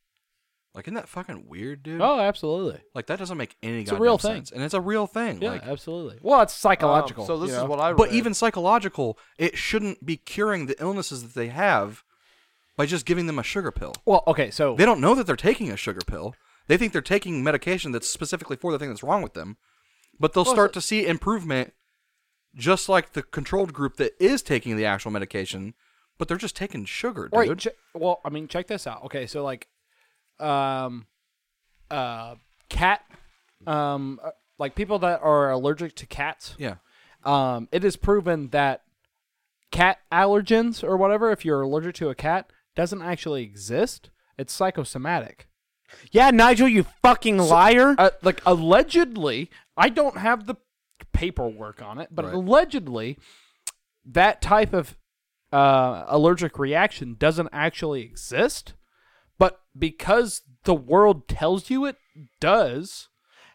Like, isn't that fucking weird, dude?
Oh, absolutely.
Like, that doesn't make any
It's a
goddamn
real thing.
sense, and it's a real thing.
Yeah,
like,
absolutely. Well, it's
Um,
psychological.
so this
you
is
know?
what I. Read.
but even psychological, it shouldn't be curing the illnesses that they have by just giving them a sugar pill.
Well, okay, so
They don't know that they're taking a sugar pill. They think they're taking medication that's specifically for the thing that's wrong with them. But they'll start to see improvement just like the controlled group that is taking the actual medication, but they're just taking sugar, dude.
Right. che- well, I mean, check this out. Okay, so like, um, uh, cat, um, uh, like people that are allergic to cats,
yeah.
um, it is proven that cat allergens or whatever, if you're allergic to a cat, doesn't actually exist. It's psychosomatic.
Yeah, Nigel, you fucking liar.
Uh, like allegedly, I don't have the paperwork on it, but
Right.
allegedly, that type of uh, allergic reaction doesn't actually exist. But because the world tells you it does,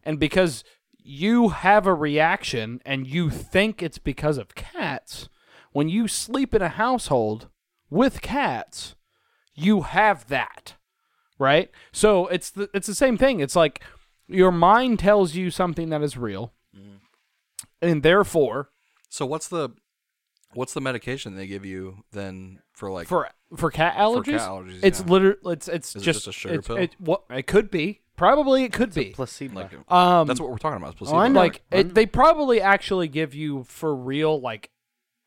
and because you have a reaction and you think it's because of cats, when you sleep in a household with cats, you have that right? So it's the it's the same thing. It's like your mind tells you something that is real,
Mm-hmm.
and therefore
So what's the what's the medication they give you then for like
for for cat allergies,
allergies,
it's
yeah.
literally it's it's
Is it
just,
just a sugar
it's-
pill?
It, what it could be, probably it could be.
placebo.
like
um,
that's what we're talking about. is
Oh, I
Placebo.
know.
like it, they probably actually give you for real like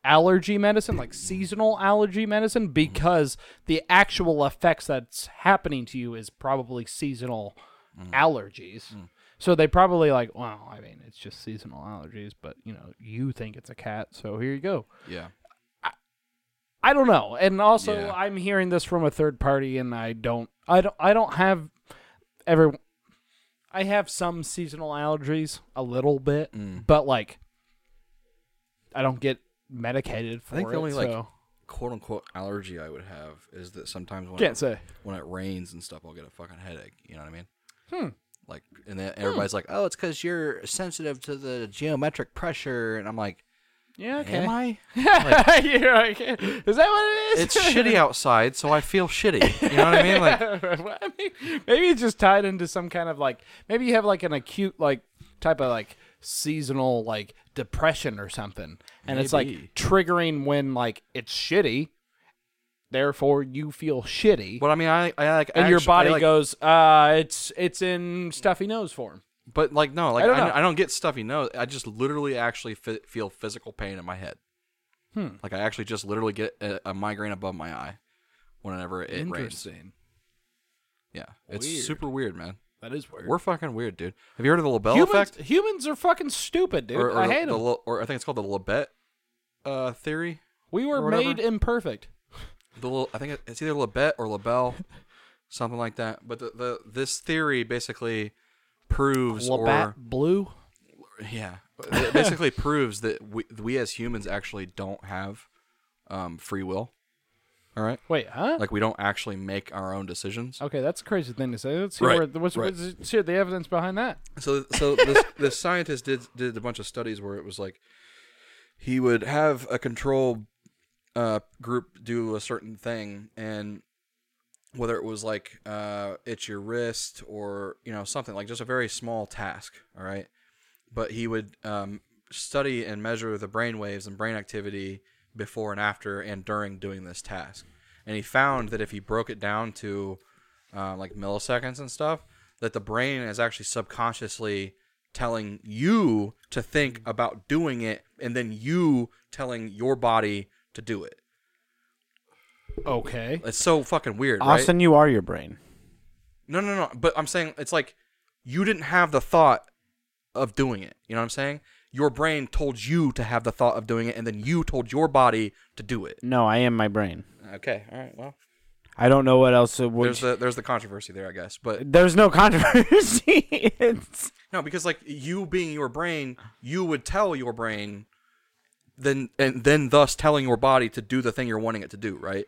allergy medicine like seasonal allergy
Mm-hmm.
medicine because the actual effects that's happening to you is probably seasonal
Mm.
allergies so they probably like well i mean it's just seasonal allergies but you know you think it's a cat so here you go
Yeah.
I don't know. And also
Yeah.
I'm hearing this from a third party and I don't I don't I don't have every I have some seasonal allergies a little bit,
Mm.
but like I don't get medicated for
I think
it.
the only like
so.
quote unquote allergy I would have is that sometimes when
can't
it,
say.
when it rains and stuff, I'll get a fucking headache. You know what I mean? Hmm. Like, and then everybody's like, "Oh, it's because you're sensitive to the geometric pressure," and I'm like,
Yeah, okay.
"Am I?
You're like, is that what it is?
It's shitty outside, so I feel shitty." You know what I mean? Like,
Well, I mean, maybe it's just tied into some kind of like maybe you have like an acute like type of like seasonal like depression or something and it's like
Maybe.
triggering when like it's shitty therefore you feel shitty
but I mean, I, I like,
and your
actu- I,
body
like-
goes uh it's it's in stuffy nose form
but like, no, like,
I
I
don't
don't,
know.
I, don't get stuffy nose. I just literally actually fe- feel physical pain in my head. Hmm. Like, I actually just literally get a, a migraine above my eye whenever it rains. Yeah, it's
Weird.
super weird, man.
that is weird
We're fucking weird, dude. Have you heard of the Lebel
humans,
effect?
humans are fucking stupid dude
or, or
i
the-
hate
the
them
Lo- or I think it's called the Lebet uh, theory.
we
or
were
whatever.
made imperfect
The little, I think it- it's either Lebet or Lebel, something like that. But the, the this theory basically proves,
Labat
or
blue
yeah, it basically proves that we we as humans actually don't have um, free will. All right,
wait huh
like we don't actually make our own decisions.
Okay, that's a crazy thing to say. Let's see
Right,
where, what's,
right.
what's here, the evidence behind that.
So, so this this scientist did did a bunch of studies where it was like he would have a control uh, group do a certain thing, and whether it was like uh, it's your wrist or you know something like just a very small task, all right. But he would um, study and measure the brain waves and brain activity before and after and during doing this task, and he found that if he broke it down to uh, like milliseconds and stuff, that the brain is actually subconsciously telling you to think about doing it, and then you telling your body to do it.
Okay.
It's so fucking weird, right?
Austin, you are your brain.
No, no, no. But I'm saying it's like you didn't have the thought of doing it. You know what I'm saying? Your brain told you to have the thought of doing it, and then you told your body to do it.
No, I am my brain.
Okay, all right. Well,
I don't know what else it would.
there's the there's the controversy there, I guess. But
There's no controversy. It's-
No, because like you being your brain, you would tell your brain, then and then thus telling your body to do the thing you're wanting it to do. Right.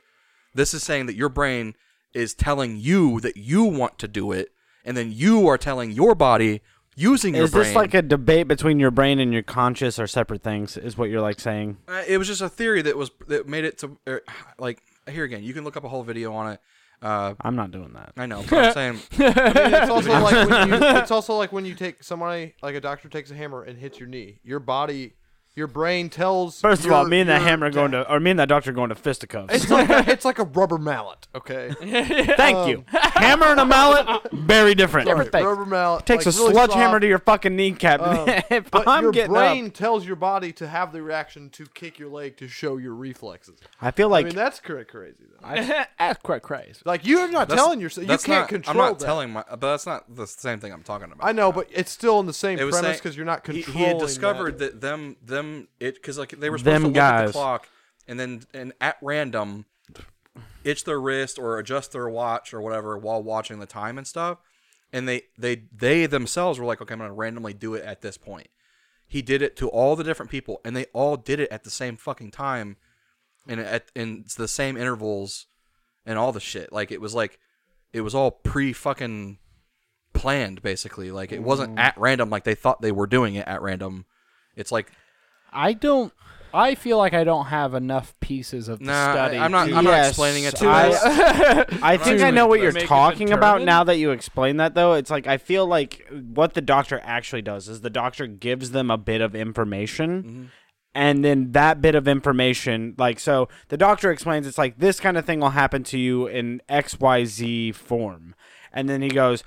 This is saying that your brain is telling you that you want to do it, and then you are telling your body using your
is
brain.
this like a debate between your brain and your conscious are separate things? Is what you're like saying?
Uh, it was just a theory that was that made it to er, like here again. You can look up a whole video on it. Uh,
I'm not doing that.
I know, but I'm saying
it's also like when you, it's also like when you take somebody like a doctor takes a hammer and hits your knee. Your body, your brain tells.
First of all,
your-
me and that
your-
hammer going to, or me and that doctor going to fisticuffs.
It's like a, it's like a rubber mallet. Okay,
Thank you.
Oh.
hammer and a mallet, very different.
Sorry, rubber mallet
Takes
like,
a
really
sledgehammer
soft, Oh.
to your fucking kneecap. if
But
I'm
your
getting
brain
up,
tells your body to have the reaction to kick your leg to show your reflexes.
I feel
I
like
mean, that's cra- crazy. Though.
That's quite crazy.
Like you're not
that's-
telling yourself. You
that's
can't
not-
control.
I'm not
that.
telling my, but that's not the same thing I'm talking about.
I know, but it's still in the same
it was
premise
saying-
because you're not
he-
controlling.
He, had discovered that,
that.
them them it because like they were supposed
Them
to look at
guys.
the clock and then and at random itch their wrist or adjust their watch or whatever while watching the time and stuff. And they they they themselves were like, okay, I'm gonna randomly do it at this point. He did it to all the different people, and they all did it at the same fucking time, and at in the same intervals, and all the shit. Like it was like it was all pre fucking planned basically like it
Mm.
wasn't at random like they thought they were doing it at random it's like
I don't. I feel like I don't have enough pieces of the
nah I,
study.
am not
to-
i'm not
Yes,
explaining it to
I-
us
I think I know what you're
Make it
talking about
determined?
now that you explain that though. It's like I feel like what the doctor actually does is the doctor gives them a bit of information
Mm-hmm.
and then that bit of information like so the doctor explains it's like this kind of thing will happen to you in XYZ form. And then he goes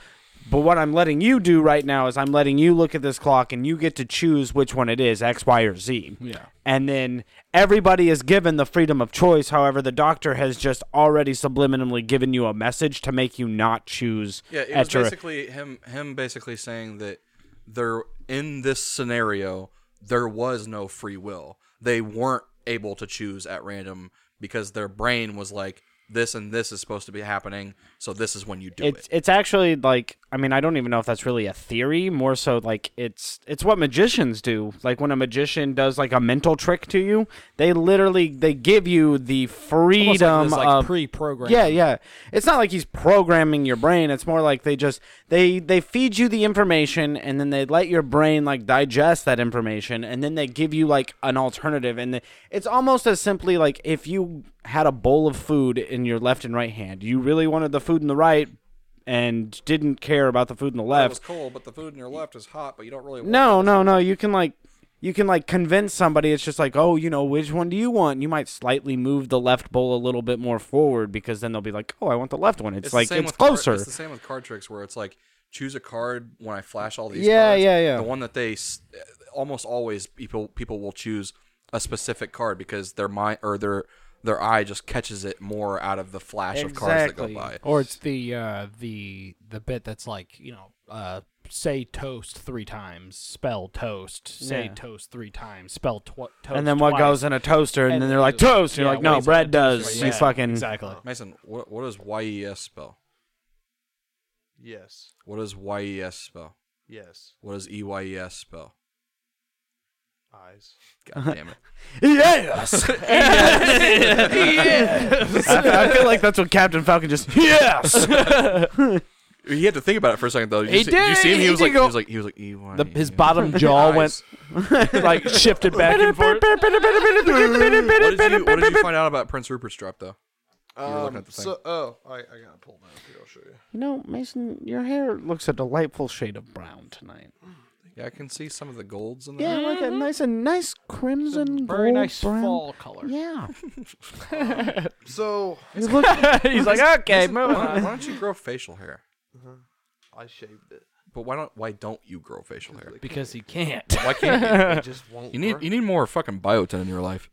but what I'm letting you do right now is I'm letting you look at this clock and you get to choose which one it is, X, Y, or Z.
Yeah.
And then everybody is given the freedom of choice. However, the doctor has just already subliminally given you a message to make you not choose.
yeah it
at
was
your-
basically him him basically saying that there in this scenario there was no free will they weren't able to choose at random because their brain was like this and this is supposed to be happening so this is when you do
it's
it
it's actually like I mean I don't even know if that's really a theory. More so like it's it's what magicians do. Like when a magician does like a mental trick to you, they literally they give you the
Almost
freedom
like this, like
of
pre-programmed.
Yeah, yeah. It's not like he's programming your brain. It's more like they just they they feed you the information and then they let your brain like digest that information and then they give you like an alternative and the, it's almost as simply like if you had a bowl of food in your left and right hand. You really wanted the food in the right and didn't care about the food in the
it
left.
was cold but the food in your left is hot but you don't really want
No, no, no. You can like you can like convince somebody it's just like, "Oh, you know, which one do you want?" And you might slightly move the left bowl a little bit more forward because then they'll be like, "Oh, I want the left one." It's,
the
like
same
it's
with card-
closer.
it's the same with card tricks where it's like choose a card when I flash all these.
Yeah,
cards.
yeah, yeah.
The one that they s- almost always people people will choose a specific card because their mind or their their eye just catches it more out of the flash of cards that go
Exactly.
by.
Or it's the uh, the the bit that's like you know uh, say toast three times, spell toast, say
Yeah.
toast three times, spell tw- toast.
and then what
twice.
goes in a toaster and,
And
then they're like, "Toast." And you're
Yeah, what
like, "No,
is
bread
it? Toast,
does."
right?
You
Yeah,
fucking
exactly.
Mason, what what does YES spell?
Yes,
What does YES spell?
yes,
What does E EYES spell?
eyes.
God damn it.
Yes. I, I feel like that's what Captain Falcon just Yes.
He had to think about it for a second though. You
He
see,
did,
You see him?
he
He, was
did
like,
go-
he was like he was like E EYES.
The, his bottom jaw went like shifted back and forth.
What did, you, what did you find out about Prince Rupert's drop though? were looking
Um,
at the thing.
So, oh, I, I gotta pull that up here. I'll show you.
You know, Mason, your hair looks a delightful shade of brown tonight.
Yeah, I can see some of the golds in there.
Yeah, like a nice and nice crimson
Very
gold
nice
brown.
fall color.
Yeah.
So
You look-
He's like, okay,
Why
move
don't,
on.
why don't you grow facial hair?
I shaved it.
But why don't why don't you grow facial hair?
Because he can't.
Why can't
It just won't.
you? You need you need more fucking biotin in your life.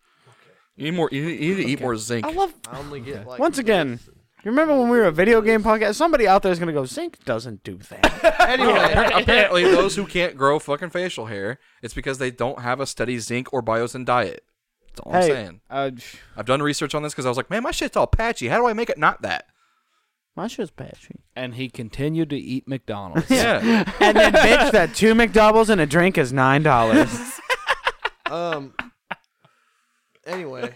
You need more. You need, you need to eat more zinc.
I love
I only get like
once again. You remember when we were a video game podcast? Somebody out there is gonna go. Zinc doesn't do that.
Anyway, apparently those who can't grow fucking facial hair, it's because they don't have a steady zinc or biotin diet. That's all I'm
hey,
saying.
uh, sh-
I've done research on this because I was like, man, my shit's all patchy. How do I make it not that?
my shit's patchy.
And he continued to eat McDonald's.
Yeah.
And then bitch that two McDoubles and a drink is nine dollars.
Um. Anyway,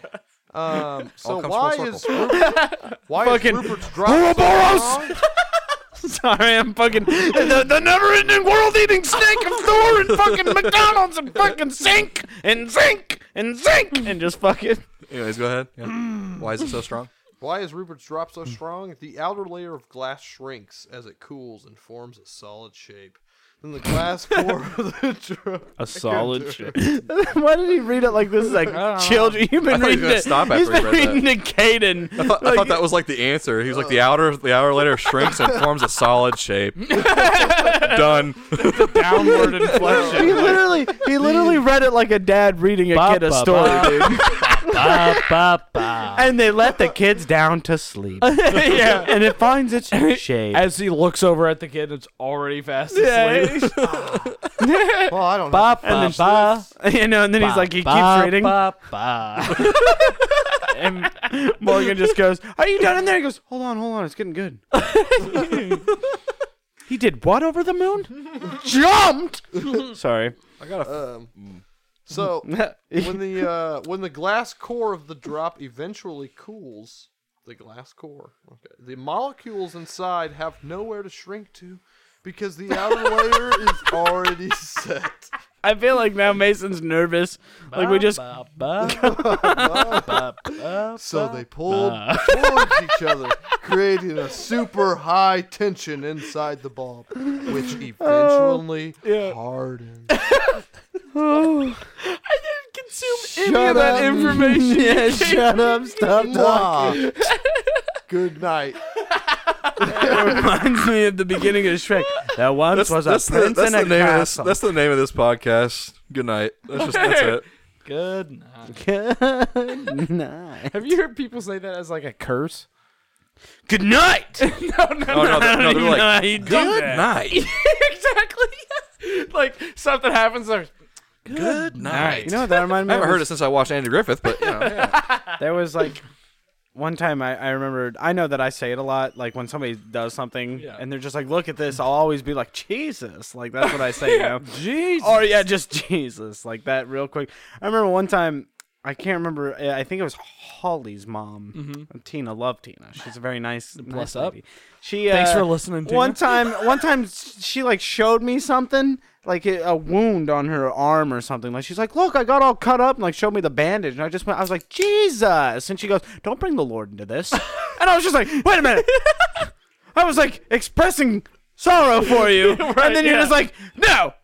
um. So
comes full
why
circle.
is Rupert, why is Rupert's drop so
Ouroboros!
long?
Sorry, I'm fucking the, the never-ending world-eating snake of Thor and fucking McDonald's and fucking zinc and zinc and zinc and just fucking.
Anyways, go ahead. Yeah.
Mm.
Why is it so strong?
Why is Rupert's drop
Mm.
so strong? The outer layer of glass shrinks as it cools and forms a solid shape. Then the glass core of the drop.
A solid shit.
Why did he read it like this? Like children, you've
I
been
thought he was
reading
gonna
it.
stop
he's
after he
been Oh.
read that.
reading to Caden.
I thought, I thought that was like the answer. He was like, the outer the outer layer shrinks and forms a solid shape. Done.
Downward
he
inflection.
literally, he literally read it like a dad reading a
Ba,
kid a
ba,
story,
ba.
dude. And they let the kids down to sleep. yeah, and it finds its shade.
As he looks over at the kid, it's already fast
Yeah.
asleep.
Well, I don't know.
Ba, ba,
and then,
ba,
you know, and then he's like, he
ba,
keeps reading.
ba, ba.
And Morgan just goes, Are you done in there? He goes, Hold on, hold on, it's getting good. he did what over the moon? Jumped! Sorry.
I got a
Um,
Mm.
so when the uh, when the glass core of the drop eventually cools, the glass core, okay, the molecules inside have nowhere to shrink to because the outer layer is already set.
I feel like now Mason's nervous. Like we just
Ba, ba, ba, ba.
So they pulled towards each other, creating a super high tension inside the bulb, which eventually hardens.
consume
Shut up.
information. yeah, shut up, stop
Mwah. Good night.
Reminds me of the beginning of Shrek. That once
that's,
was
that's
a
the,
prince
that's
in a
the name of this,
castle.
that's the name of this podcast. Good night. That's just that's it.
Good night.
Good night.
Have you heard people say that as like a curse?
Good night.
Oh no, they- no,
You
they're
know
like
how you do
good
that.
night.
exactly. like something happens. Like,
Good night.
You know what that reminded
I
me of?
haven't heard it since I watched Andy Griffith, but you know, yeah.
There was like one time I, I remember I know that I say it a lot, like when somebody does something
Yeah.
and they're just like, Look at this, I'll always be like, Jesus. Like that's what I say now. Jesus. Or yeah, just Jesus. Like that real quick. I remember one time I can't remember. I I think it was Holly's mom, Tina. Love Tina. She's a very nice,
Mm-hmm. Bless
nice
up.
lady. She uh,
Thanks for listening, Tina.
One time, one time she like showed me something, like a a wound on her arm or something. Like she's like, "Look, I got all cut up," and like showed me the bandage. And I just went, I was like, "Jesus!" And she goes, "Don't bring the Lord into this." and I was just like, "Wait a minute." I was like expressing sorrow for you, and then you're just like, "No,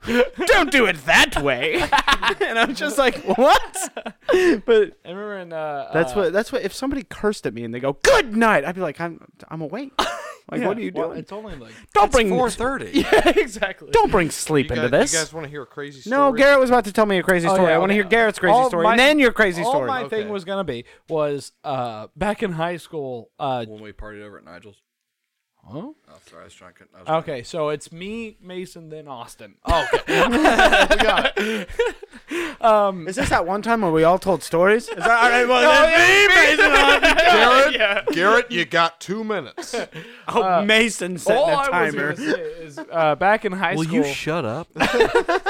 don't do it that way." and I'm just like, "What?" But
I remember in uh,
that's
uh,
what that's what if somebody cursed at me and they go, "Good night," I'd be like, "I'm I'm awake." Like, what are you
well,
doing?
it's only like
don't bring
four thirty.
exactly.
don't bring sleep
You guys,
into this.
you guys want to hear a crazy story?
no, Garrett was about to tell me a crazy
Oh,
story.
yeah,
I want to
okay.
hear Garrett's crazy
All
story
my-
and then your crazy
All
story.
my thing
Okay.
was gonna be was uh back in high school. Uh,
When we partied over at Nigel's.
huh?
Oh, sorry, I was trying. I was trying-
okay, so it's me, Mason, then Austin. Oh,
Is this that one time where we all told stories? Oh, Is that all right? Well, that's me, Mason.
Garrett, Garrett, you got two minutes.
Oh, Mason setting
all
a
I was
timer.
gonna say is uh, back in high
Will
school.
you shut up?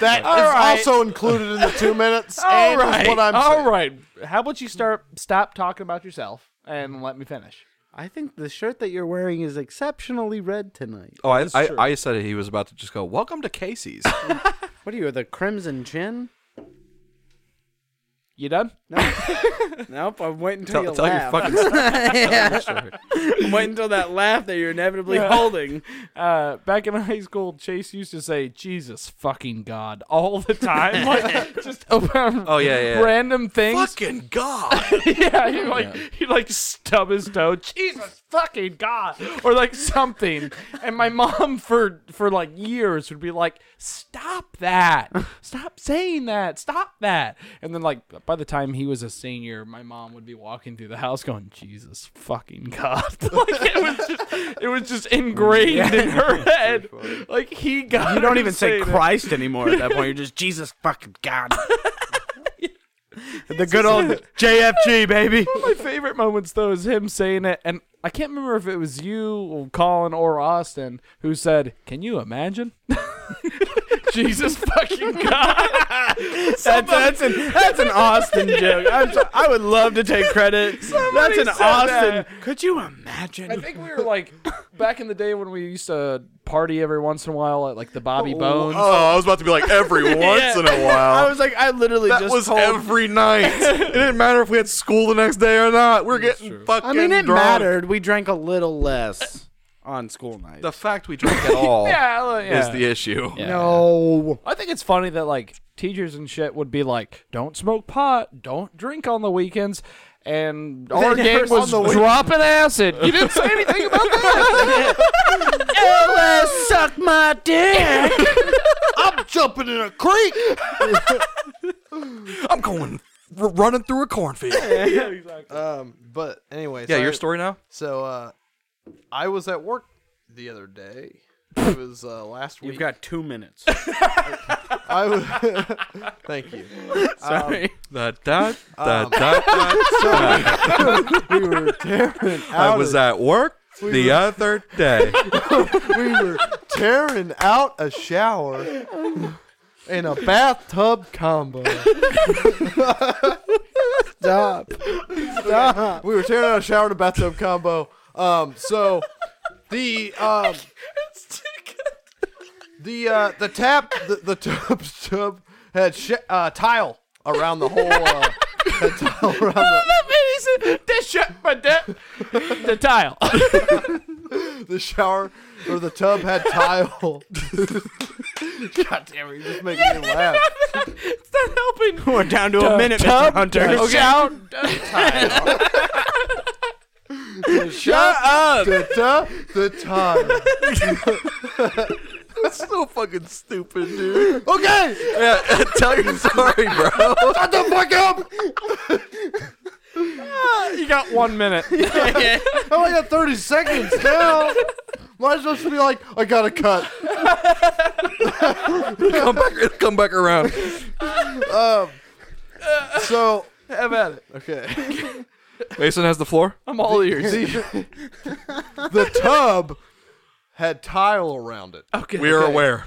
That is
right.
also included in the two minutes.
all
and is
right,
what I'm
all
saying.
right. How about you start stop talking about yourself and let me finish?
I think the shirt that you're wearing is exceptionally red tonight.
Oh, I, I, I said he was about to just go. Welcome to Casey's.
What are you, the Crimson Chin?
You done?
Nope, I'm waiting until
tell tell your fucking story.
I'm waiting until that laugh that you're inevitably holding.
uh, back in high school, Chase used to say "Jesus fucking God" all the time, like just over
Oh yeah, yeah. yeah.
random things.
Fucking god.
yeah, he like he like stub his toe, Jesus fucking God, or like something. And my mom for for like years would be like, "Stop that! Stop saying that! Stop that!" And then like up. By the time he was a senior, my mom would be walking through the house going, "Jesus fucking God!" like it was just, it was just ingrained in her head. Like he got.
You don't even say
Christ.
Christ anymore at that point. You're just Jesus fucking God. the good old JFG baby.
my favorite moments though is him saying it and I can't remember if it was you or Colin or Austin who said, "Can you imagine?" Jesus fucking God.
That's, that's an that's an Austin joke. I'm so- i would love to take credit. that's an
said
Austin.
that.
Could you imagine?
I think we were like back in the day when we used to party every once in a while at like the Bobby Bones.
Oh, I was about to be like every once in a
I
while.
was like, I literally
that
just
was
told.
every night. it didn't matter if we had school the next day or not. We're getting fucking
I mean, it
drunk.
mattered. We drank a little less on school night.
The fact we drank at all
yeah, like, yeah.
is the issue.
no.
I think it's funny that like teachers and shit would be like, "Don't smoke pot, don't drink on the weekends." And our
never-
gang was
on the week-
dropping acid. You didn't say anything about that.
Ella, suck my dick.
I'm jumping in a creek.
I'm going r- running through a cornfield. yeah,
Um, but anyway, so I-
your story now.
So uh, I was at work the other day. It was uh, last week.
You've got two minutes.
I was. Thank you.
Sorry.
Da, da, da, da, da.
We were tearing out.
I was
a,
at work the other day.
we were tearing out a shower in a bathtub combo. Stop. Stop. We were tearing out a shower in a bathtub combo. Um, so the um, the uh, the tap the, the tub tub had sh- uh, tile around the whole uh, had tile around the,
that made this shit, but that the tile.
the shower or the tub had tile. God damn it, you're just making me laugh.
it's not helping.
We're down to a minute, Mr.
tub,
Hunter.
Okay.
Shut up.
Da, da, the tile.
That's so fucking stupid, dude.
Okay,
Yeah, tell your story, bro.
shut the fuck up.
You got one minute.
I only got 30 seconds now. Might as well just be like, I gotta cut.
Come back, come back around.
So,
Have at it.
okay.
Mason has the floor.
I'm all ears.
The, the tub had tile around it.
Okay.
We are aware.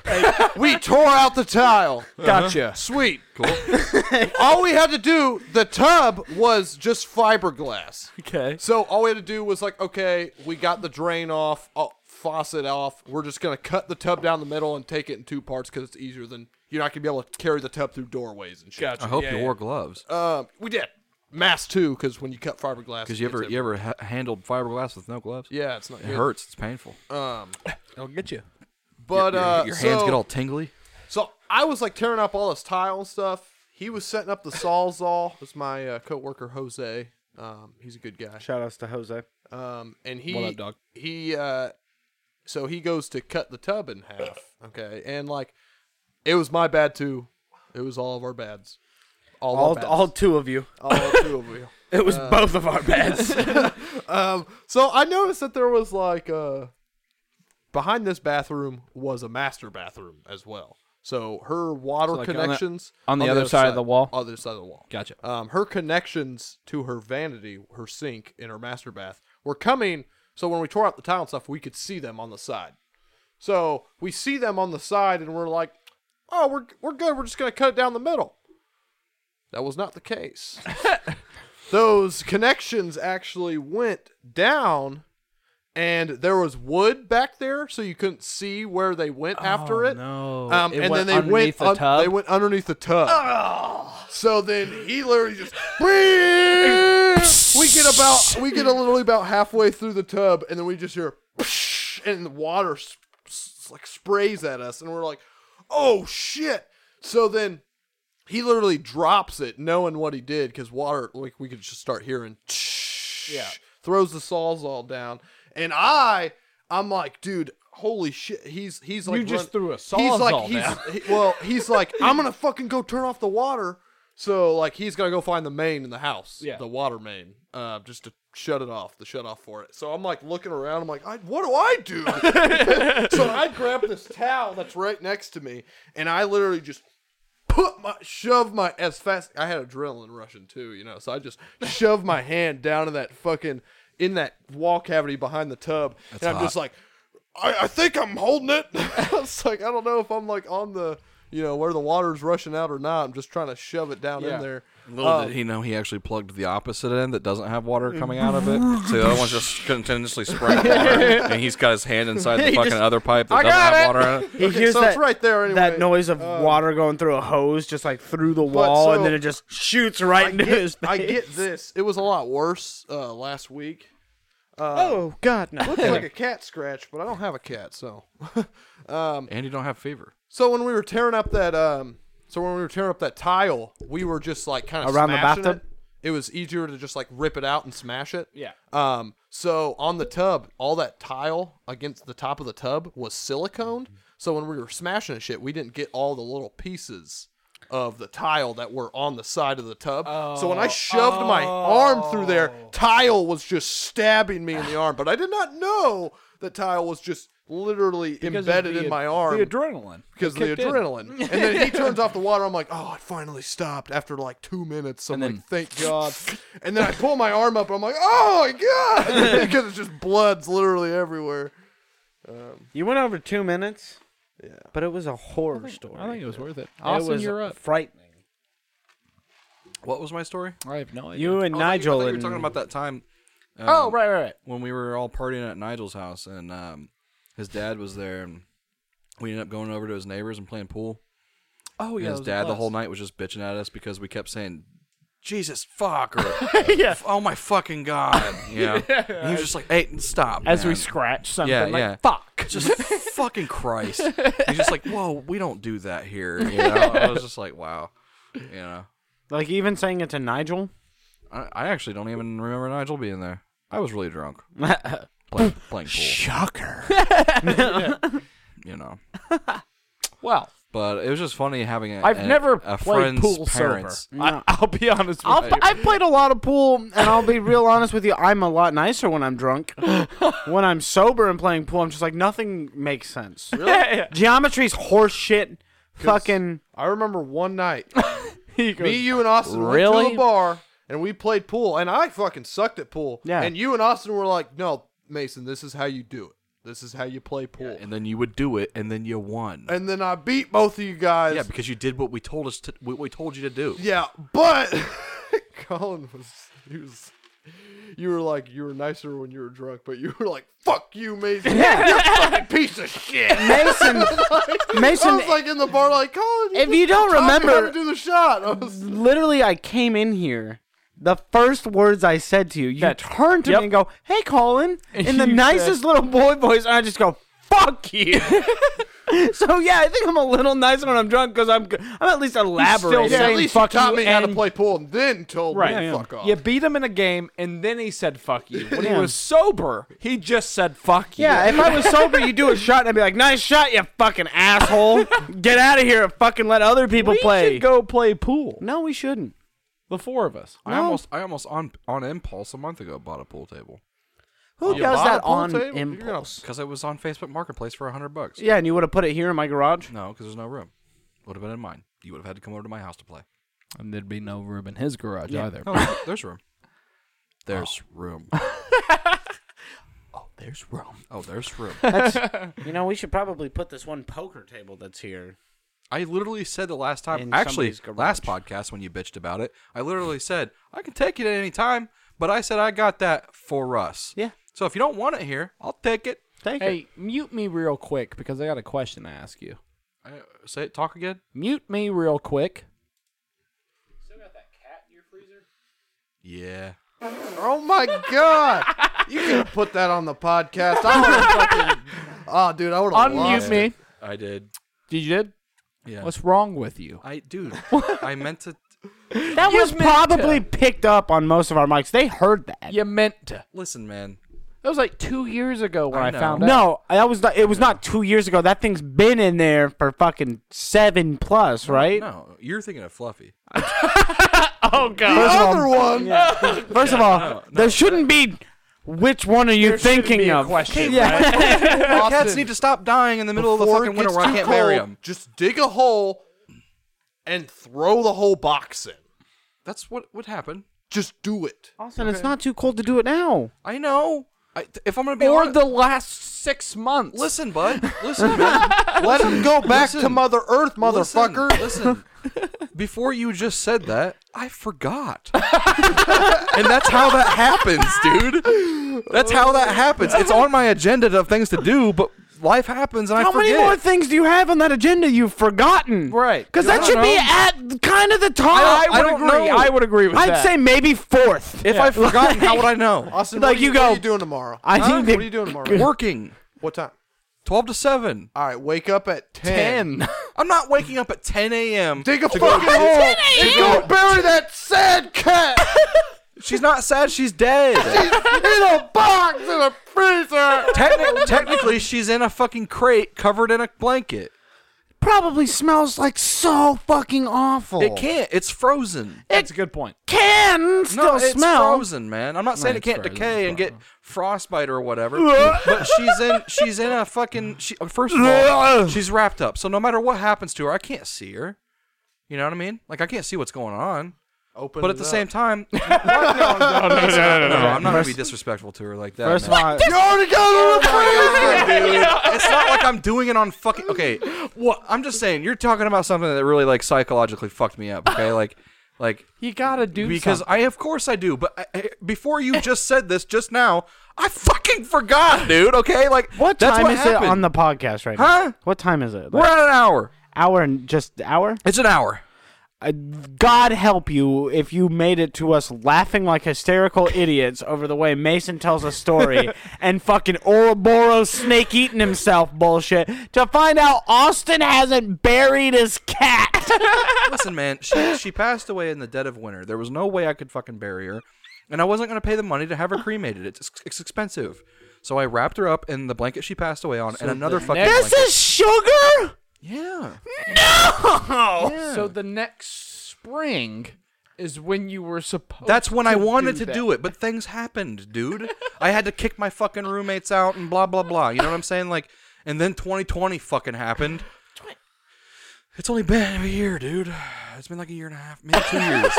We tore out the tile.
Gotcha.
Sweet. Cool. All we had to do, the tub was just fiberglass.
Okay.
So all we had to do was like, okay, we got the drain off, uh, faucet off. We're just gonna cut the tub down the middle and take it in two parts because it's easier than you're not gonna be able to carry the tub through doorways and shit.
Gotcha.
I hope
Yeah,
you
yeah.
wore gloves.
Um, we did mass too because when you cut fiberglass,
Because you
it's
ever
a-
you ever ha- handled fiberglass with no gloves?
yeah, it's not
It hurts. It's painful.
Um,
It'll get you.
but uh,
your hands
so-
get all tingly.
So I was like tearing up all this tile and stuff. He was setting up the sawzall. It was my uh, coworker Jose. Um, he's a good guy.
Shout outs to Jose.
Um, and he,
What up, dog?
he, uh, so he goes to cut the tub in half. Okay. And like, it was my bad too. It was all of our bads. All, all,
All, all two of you.
all two of you.
It was both of our beds.
Um, so I noticed that there was like, uh, behind this bathroom was a master bathroom as well. So her water
like, on the-
connections
on the other side of the wall?
other side of the wall.
Gotcha.
um, her connections to her vanity, her sink, and her master bath were coming. So when we tore out the tile and stuff, we could see them on the side. So we see them on the side, and we're like, "Oh, we're we're good. We're just gonna cut it down the middle." That was not the case. Those connections actually went down, and there was wood back there, so you couldn't see where they went after it.
Oh, no.
Um,
It
and
went
then they went
underneath the
un-
tub?
they went underneath the tub. So then he literally just we get about we get a literally about halfway through the tub, and then we just hear and the water s- s- like sprays at us, and we're like, oh shit! So then he literally drops it, knowing what he did, because water like we could just start hearing. Yeah, throws the saws all down, and I I'm like, dude. Holy shit! He's he's like
You just
run-
threw a
he's like
Sawzall
he's
down.
he- well he's like I'm gonna fucking go turn off the water So like he's gonna go find the main in the house,
Yeah.
the water main, uh, just to shut it off, the shut off for it. So I'm like looking around, I'm like, I, what do I do? so I grab this towel that's right next to me, and I literally just put my shove my as fast. I had adrenaline rushing too, you know, so I just shoved my hand down in that fucking in that wall cavity behind the tub, and I'm just like, I, I think I'm holding it. I was like, I don't know if I'm like on the. You know where the water's rushing out or not? I'm just trying to shove it down
Yeah.
in there. Um,
Little did he know he actually plugged the opposite end that doesn't have water coming out of it. So the other one's just continuously spraying water, and he's got his hand inside the
He
fucking
just-
other pipe that
I
doesn't
got
have
it!
water in it.
He
Okay,
hears
so
that,
it's right there anyway.
that noise of water going through a hose, just like through the wall,
so-
and then it just shoots right
I
into his
get,
face.
I get this. It was a lot worse uh, last week.
Oh God, no!
Looks like a cat scratch, but I don't have a cat, so.
And you don't have fever.
so when we were tearing up that, um, so when we were tearing up that tile, we were just like kind of
Around the
It.
bathtub?
It was easier to just like rip it out and smash it.
Yeah.
Um. So on the tub, all that tile against the top of the tub was siliconed.
Mm-hmm.
So when we were smashing and shit, we didn't get all the little pieces of the tile that were on the side of the tub. so
Oh.
when I shoved my arm through there, tile was just stabbing me in the arm. But I did not know that tile was just literally
Because of
embedded
the-
in my arm
The adrenaline.
because of the
kicked in.
adrenaline. And then he turns off the water. I'm like, oh, it finally stopped after like two minutes. So I'm like, thank God. And then I pull my arm up. And I'm like, oh my God, because it's just blood's literally everywhere.
You went over two minutes.
Yeah.
but it was a horror story.
I think it was uh, worth it.
It
Austin,
was
you're up.
frightening.
What was my story?
I have no idea.
You and
Oh, I thought you- I
Nigel
thought you
and
were talking about that time
oh, right, right, right.
when we were all partying at Nigel's house, and um, his dad was there, and we ended up going over to his neighbors and playing pool.
Oh,
And
yeah.
his
it was
dad the
Buzz.
whole night was just bitching at us because we kept saying, "Jesus fuck," or "Oh my fucking god," you know. And he was just like, "Hey, stop!"
As we
man.
scratch something,
Yeah,
like,
yeah.
fuck.
just fucking Christ. He's just like, "Whoa, we don't do that here." You know, I was just like, "Wow," you know.
like even saying it to Nigel.
I, I actually don't even remember Nigel being there. I was really drunk playing playing pool,
Shocker.
you know.
Well,
But it was just funny having a,
I've
a-
never
a
played
friend's
pool
parents.
sober. I, I'll be honest with
I've,
you.
I've played a lot of pool, and I'll be real honest with you. I'm a lot nicer when I'm drunk. when I'm sober and playing pool, I'm just like nothing makes sense.
Yeah,
Geometry's horse shit. Fucking.
I remember one night,
yeah. He
me,
goes,
you, and Austin went to
Really?
a bar and we played pool, and I fucking sucked at pool.
Yeah.
And you and Austin were like, no, Mason, this is how you do it. This is how you play pool.
and then you would do it, and then you won.
and then I beat both of you guys.
Yeah, because you did what we told us to, what we told you to do.
Yeah, but Colin was he was you were like you were nicer when you were drunk, but you were like fuck you, Mason, you fucking piece of shit.
Mason.
I
Mason.
was like in the bar, like Colin.
If you don't
taught me how
remember-
to do the shot, I was,
literally, I came in here. The first words I said to you, you
That-
turned to
yep.
me and go, "Hey, Colin," in the
You
nicest little boy voice, and I just go, "Fuck you." so yeah, I think I'm a little nicer when I'm drunk because I'm g- I'm at least elaborating.
yeah,
saying
at least
fuck
you taught
you
me how to
and-
play pool, and then told
Right.
me to
Yeah.
fuck off.
You beat him in a game, and then he said "fuck you." When
Yeah.
he was sober, he just said "fuck you."
Yeah, if I was sober, you do a shot, and I'd be like, "Nice shot, you fucking asshole! Get out of here and fucking let other people
we
play."
should go play pool.
no, we shouldn't.
The four of us.
I almost, I almost on on impulse a month ago bought a pool table
Who
You
does
bought a
that
pool
on
table? You're gonna-
impulse?
because it was on Facebook Marketplace for a hundred bucks.
Yeah, and you would have put it here in my garage.
No, because there's no room. Would have been in mine. You would have had to come over to my house to play.
And there'd be no room in his garage either.
No, there's- there's room. Oh. There's room.
There's room.
Oh, there's room.
You know, we should probably put this one poker table that's here.
I literally said the last time,
In
actually,
somebody's garage.
last podcast when you bitched about it, I literally said I can take it at any time, but I said I got that for us.
Yeah.
So if you don't want it here, I'll take it.
Thank you.
Hey, mute me real quick because I got a question to ask you.
I, say it. Talk again.
Mute me real quick.
Yeah.
Oh my god, you could have put that on the podcast. I would have fucking. Oh, dude, I would have
Unmute me.
I did.
Did you did?
Yeah.
What's wrong with you?
I dude. I meant to
that was probably picked up on most of our mics. They heard that.
You meant to.
listen, man.
That was like two years ago when I,
I
found out.
No, that was not, it was not two years ago. That thing's been in there for fucking seven plus, right?
No, you're thinking of Fluffy.
Oh god.
First of all-
Other one.
First of all, there shouldn't be. Which one are you
There shouldn't
thinking
be a
of?
question,
yeah.
My cats need to stop dying in the middle of the
Before
fucking
it
winter
gets
where I
too
can't bury
cold,
them.
Just dig a hole and throw the whole box in.
That's what would happen.
Just do it.
And it's not too cold to do it now.
I know. I, th- if I'm gonna be
Or
honest,
the last six months.
listen, bud, listen, man.
Let him go back to
Listen.
Mother Earth,
Listen,
motherfucker.
Listen, before you just said that, I forgot. and that's how that happens, dude. That's how that happens. It's on my agenda of things to do, but life happens and I
How
forget.
many more things do you have on that agenda you've forgotten?
Right.
Because that
don't
should be
know.
at kind of the
I,
top.
would
don't
agree.
know.
I would agree with
I'd
that.
say maybe fourth.
if I've forgotten, how would I know?
Austin,
Like,
what, are
you
you, what
go-
are you doing tomorrow?
I
Huh?
think that-
What are you doing tomorrow?
Working
What time?
12 to 7.
All right, wake up at 10.
ten.
I'm not waking up at 10 a.m.
Dig a fucking hole and go bury that sad cat
She's not sad, she's dead.
in a box in a freezer.
Techni- technically, she's in a fucking crate covered in a blanket.
Probably smells like so fucking awful.
It can't. It's frozen.
That's a good point.
can
No,
still
it's
smell.
frozen, man. I'm not saying it
it's
can't
frozen,
decay
it's
and get frostbite or whatever. but she's in she's in a fucking she, uh, first of all, she's wrapped up. So no matter what happens to her, I can't see her. You know what I mean? Like I can't see what's going on.
Open
But
it
at the
up.
same time, no, I'm not gonna be disrespectful to her like that.
First of
man.
all,
You already got it in the freezer.
it's not like I'm doing it on fucking. Okay, what? I'm just saying you're talking about something that really like psychologically fucked me up. Okay, like, like
You gotta do
because
something.
I of course I do, but I, I- before you just said this just now, I fucking forgot, dude. Okay, like
what
that's
time
what
is
happened.
it on the podcast right
Huh?
now? What time is it?
We're
Like,
at an hour.
hour and just hour?
It's an hour.
Uh, God help you if you made it to us laughing like hysterical idiots over the way Mason tells a story and fucking Ouroboros snake eating himself bullshit to find out Austin hasn't buried his cat.
Listen, man, she she passed away in the dead of winter. There was no way I could fucking bury her, and I wasn't gonna pay the money to have her cremated. It's, it's expensive. So I wrapped her up in the blanket she passed away on, and another fucking.
next-
this
blanket.
is sugar?
yeah.
So the next spring is when you were supposed.
That's when I
to
wanted
do
to
that.
do it, but things happened, dude. I had to kick my fucking roommates out and blah blah blah. You know what I'm saying? Like, and then 2020 fucking happened. It's only been a year, dude. It's been like a year and a half, maybe two years.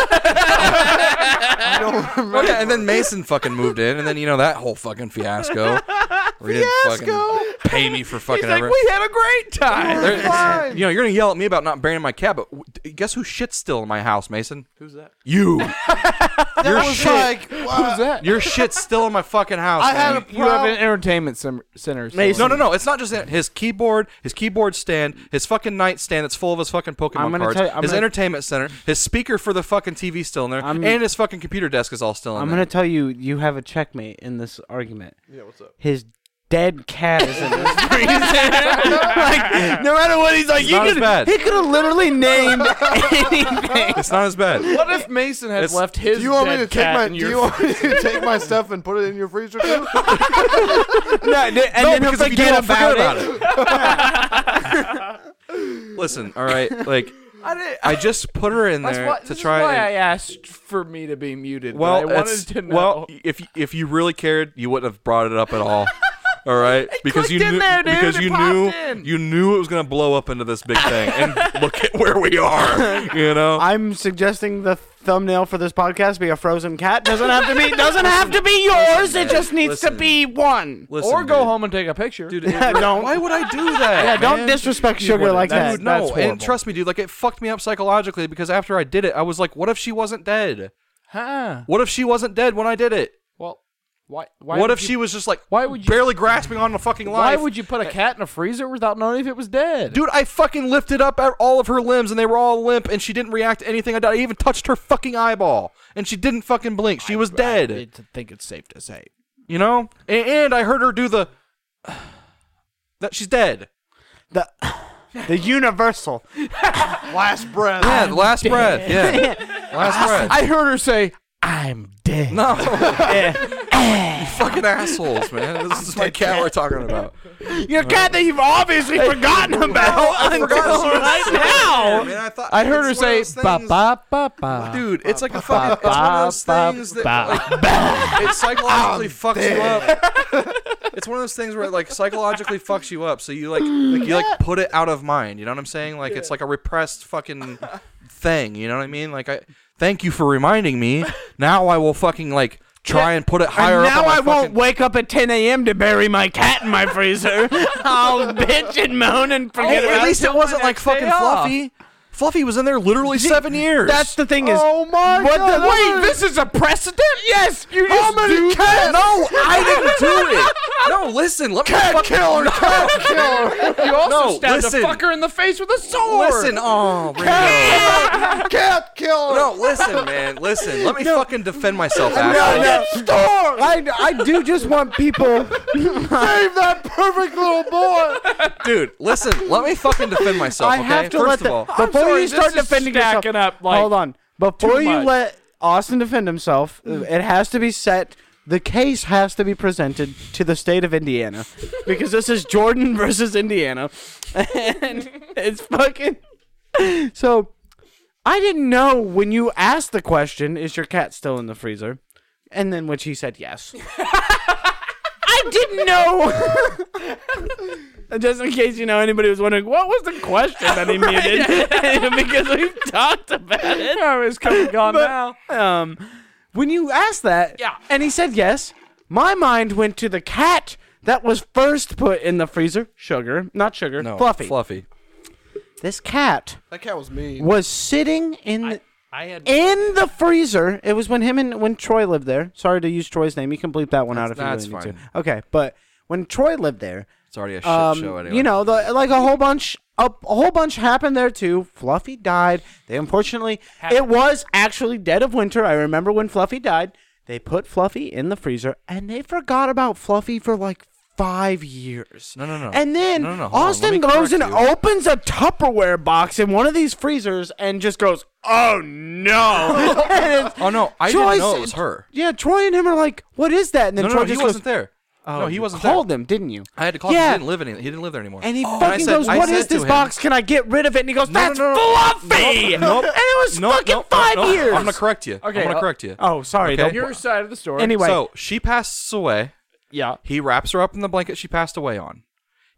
Oh, yeah, and then Mason fucking moved in, and then you know that whole fucking fiasco. Where he didn't fucking pay me for fucking ever.
had a great time.
There- you know, you're gonna yell at me about not burying my cat, but w- d- guess who shit's still in my house, Mason? Who's that? You. your
was
shit.
like, wow.
Who's that?
Your shit's still in my fucking house.
I
man.
had a
you have
problem.
an entertainment sim- center.
Mason.
No, no, no! It's not just that. his keyboard, his keyboard stand, his fucking nightstand that's full of his fucking Pokemon
gonna
cards,
tell you- I'm
his
gonna-
entertainment center, his speaker for the fucking TV still in there,
I'm-
and his fucking computer desk is all still in
I'm
there.
going to tell you, you have a checkmate in this argument.
Yeah, what's up?
His dead cat is in this like, no matter what, he's like,
not as
could-
bad.
he could have literally named anything.
It's not as bad.
What if Mason had
It's-
left his
Do you want me
dead
to take
cat
my?
in
Do
your
you want me to take my stuff and put it in your freezer too?
No, and then he'll
because if you do,
forget
I'll
about,
forget
it.
Listen, all right, like
I didn't-
I just put her in
That's
there
why,
to
this
try.
is why
and-
I asked for me to be muted. but
well,
I
it's-
wanted to know.
well, if if you really cared, you wouldn't have brought it up at all. All right, because you
clicked in
knew
there, dude.
because
It
you
popped
knew
in.
you knew it was gonna blow up into this big thing, and look at where we are. You know,
I'm suggesting the thumbnail for this podcast be a frozen cat. Doesn't have to be. Doesn't have to be yours. it just needs
listen.
to be one.
Listen,
or go
dude.
home and take a picture.
dude.
Yeah, don't.
Why would I do that?
yeah, don't
man?
disrespect sugar
wouldn't.
like
That's-
that.
Dude, no,
that's
and
horrible.
trust me, dude. Like it fucked me up psychologically because after I did it, I was like, "What if she wasn't dead?
Huh.
What if she wasn't dead when I did it?
Well, why? why
what
would
if
you-
she was just like,
why would you-
barely grasping on the fucking
Why
life?
would you put a cat in a freezer without knowing if it was dead?
Dude, I fucking lifted up all of her limbs and they were all limp and she didn't react to anything I did. I even touched her fucking eyeball and she didn't fucking blink. She was dead.
I think it's safe to say.
you know? A- And, I heard her do the that she's dead.
The, the universal.
Last breath.
Yeah, the last breath. Yeah. last breath.
I heard her say, "I'm dead."
no.
Eh.
fucking assholes, man. This is my cat we're talking about.
Your cat that you've obviously forgotten about until right now.
Man, I thought
I heard her
it's one
say,
of those
ba
things-
ba ba ba.
Dude, it's like a fucking. It's one of those
ba,
things
ba,
that like, it psychologically fucks you up. It's one of those things where it like psychologically fucks you up, so you like, like you like put it out of mind. You know what I'm saying? Like it's like a repressed fucking thing. You know what I mean? Like I thank you for reminding me. Now I will fucking like try and put it higher
And
up.
now
on my
I won't
fucking-
wake up at 10 a.m. to bury my cat in my freezer. I'll bitch and moan and forget
Hey,
about
at least
it.
it wasn't like fucking Fluffy. Fluffy was in there literally seven years.
That's the thing is.
Oh my
What
god!
the-
wait, this is a precedent. Yes, you just
How many
do
cats?
that?
No, I didn't do it. No, listen. Let me cat killer. Cat killer.
You also
No,
stabbed
listen.
a fucker in the face with a sword.
Listen, oh,
Cat killer.
no, listen, man, listen. Let me fucking defend myself. asshole.
no.
Store.
I, I do just want people.
Save that perfect little boy.
dude, listen. Let me fucking defend myself.
I
okay?
have to
First
let
of all,
the, before
sorry,
you
this
start
is
defending yourself.
stacking up, like,
hold on. Before you
much. Mm.
let Austin defend himself, uh, it has to be set. The case has to be presented to the state of Indiana because this is Jordan versus Indiana, and it's fucking. So, I didn't know when you asked the question, "Is your cat still in the freezer?" and then which he said yes. I didn't know. Just in case you know anybody was wondering, what was the question that he muted? because we've talked about it.
Oh, it's coming gone now.
Um, when you asked that,
Yeah.
and he said yes, my mind went to the cat that was first put in the freezer. Sugar, not sugar,
no,
fluffy.
Fluffy.
this cat
That cat was mean.
was sitting in
I had.
in the freezer. It was when him and when Troy lived there. Sorry to use Troy's name. You can bleep that one out if
That's-
you really
that's
need to. Okay, but when Troy lived there,
It's already a shit
um,
show anyway.
you know, the, like a whole bunch, a, a whole bunch happened there too. Fluffy died. They unfortunately, it was actually dead of winter. I remember when Fluffy died. They put Fluffy in the freezer, and they forgot about Fluffy for like five years.
No, no, no.
And then
No, no, no, hold on, let
Austin
me
goes and
correct you.
opens a Tupperware box in one of these freezers and just goes, "Oh no!" And it's-
Oh no, I
Troy's-
didn't know it was her.
Yeah, Troy and him are like, "What is that?" And then
No, no,
Troy
no, he
just
wasn't
goes,
there.
"Oh,
no, he
you
wasn't there.
called him, didn't you?"
I had to call him.
Yeah.
He didn't live any. He didn't live there anymore.
And he
And I
fucking
said-
goes,
I
"What
said
is
to
this
him-
box? Can I get rid of it?" And he goes,
No, no,
"That's
no, no.
fluffy."
Nope, nope,
and it was
nope,
fucking
nope,
five
nope.
years.
I'm gonna correct you.
Okay,
I'm gonna
uh,
correct you.
oh, sorry.
Okay.
don't-
Your side of the story.
Anyway,
So she passes away.
yeah.
He wraps her up in the blanket she passed away on.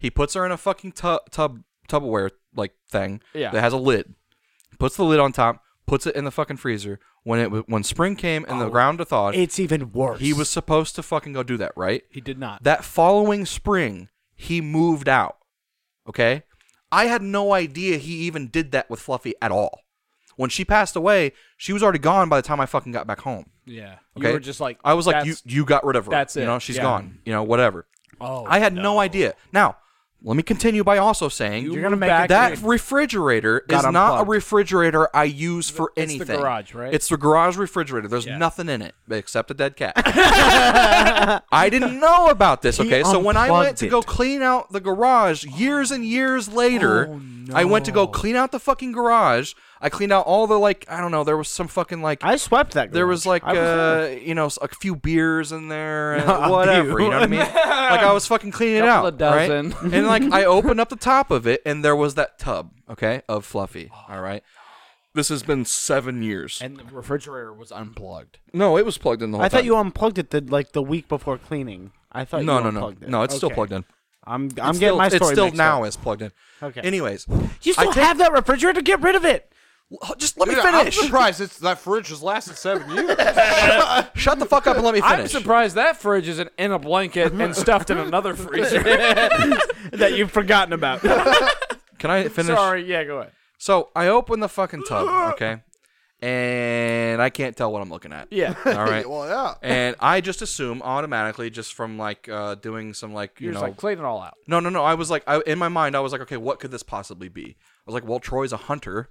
He puts her in a fucking tub, tub Tupperware like thing
Yeah.
that has a lid. Puts the lid on top. Puts it in the fucking freezer. When it when spring came and the
Oh,
ground to thawed,
it's even worse.
he was supposed to fucking go do that, right?
He did not.
That following spring, he moved out. Okay? I had no idea he even did that with Fluffy at all. When she passed away, she was already gone by the time I fucking got back home.
yeah.
Okay?
You were just like.
I was like, you
that's-
you got rid of her.
that's
You
it.
know, she's
Yeah.
gone. You know, whatever.
Oh,
I had no, idea. Now, let me continue by also saying
You
You're gonna
moved back
make it
that
in.
refrigerator is
Got
not a
unplugged.
refrigerator I use for
the
anything.
garage, right?
It's the garage refrigerator. There's
Yeah.
nothing in it except a dead cat. I didn't know about this. Okay, so when I went
unplugged
to
it.
go clean out the garage years and years later,
Oh,
I went to go clean out the fucking garage. I cleaned out all the like I don't know. There was some fucking like
I swept that.
there was
garage.
like
I
uh, you know a few beers in there
A
and whatever
few.
you know what i mean like i was fucking cleaning it out
Couple of
right?
dozen.
and like i opened up the top of it and there was that tub okay of fluffy all right Oh. this has been seven years
and the refrigerator was unplugged.
no it was plugged in the whole
I thought
time.
you unplugged it the, like the week before cleaning. I thought
no
you
no no
unplugged it.
no it's still
Okay.
plugged in
I'm I'm
It's
getting
still-
my story.
it's still
mixed
now
Up.
is plugged in
Okay.
anyways
You
I
still
take- oh,
have that refrigerator? Get rid of it.
just let me
Dude, I'm
finish
surprised it's, that fridge has lasted seven years.
shut the fuck up and let me
I'm
finish
surprised that fridge isn't in a blanket and stuffed in another freezer.
that you've forgotten about.
can i finish
Sorry. Yeah. Go ahead.
so i open the fucking tub okay and i can't tell what i'm looking at
Yeah.
all right
well, yeah.
and I just assume automatically just from like uh, doing some like you
You're
know
just like clean it all out.
no no no I was like I, in my mind I was like okay what could this possibly be I was like well Troy's a hunter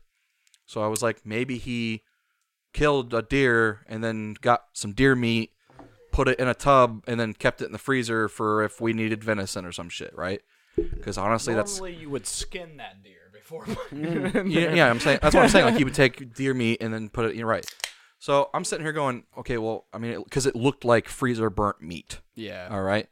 so I was like maybe he killed a deer and then got some deer meat put it in a tub and then kept it in the freezer for if we needed venison or some shit right because honestly that's
Normally, you would skin that deer before.
yeah, yeah I'm saying that's what I'm saying like he would take deer meat and then put it you're right So I'm sitting here going, okay, well, I mean, because it looked like freezer burnt meat.
Yeah.
All right.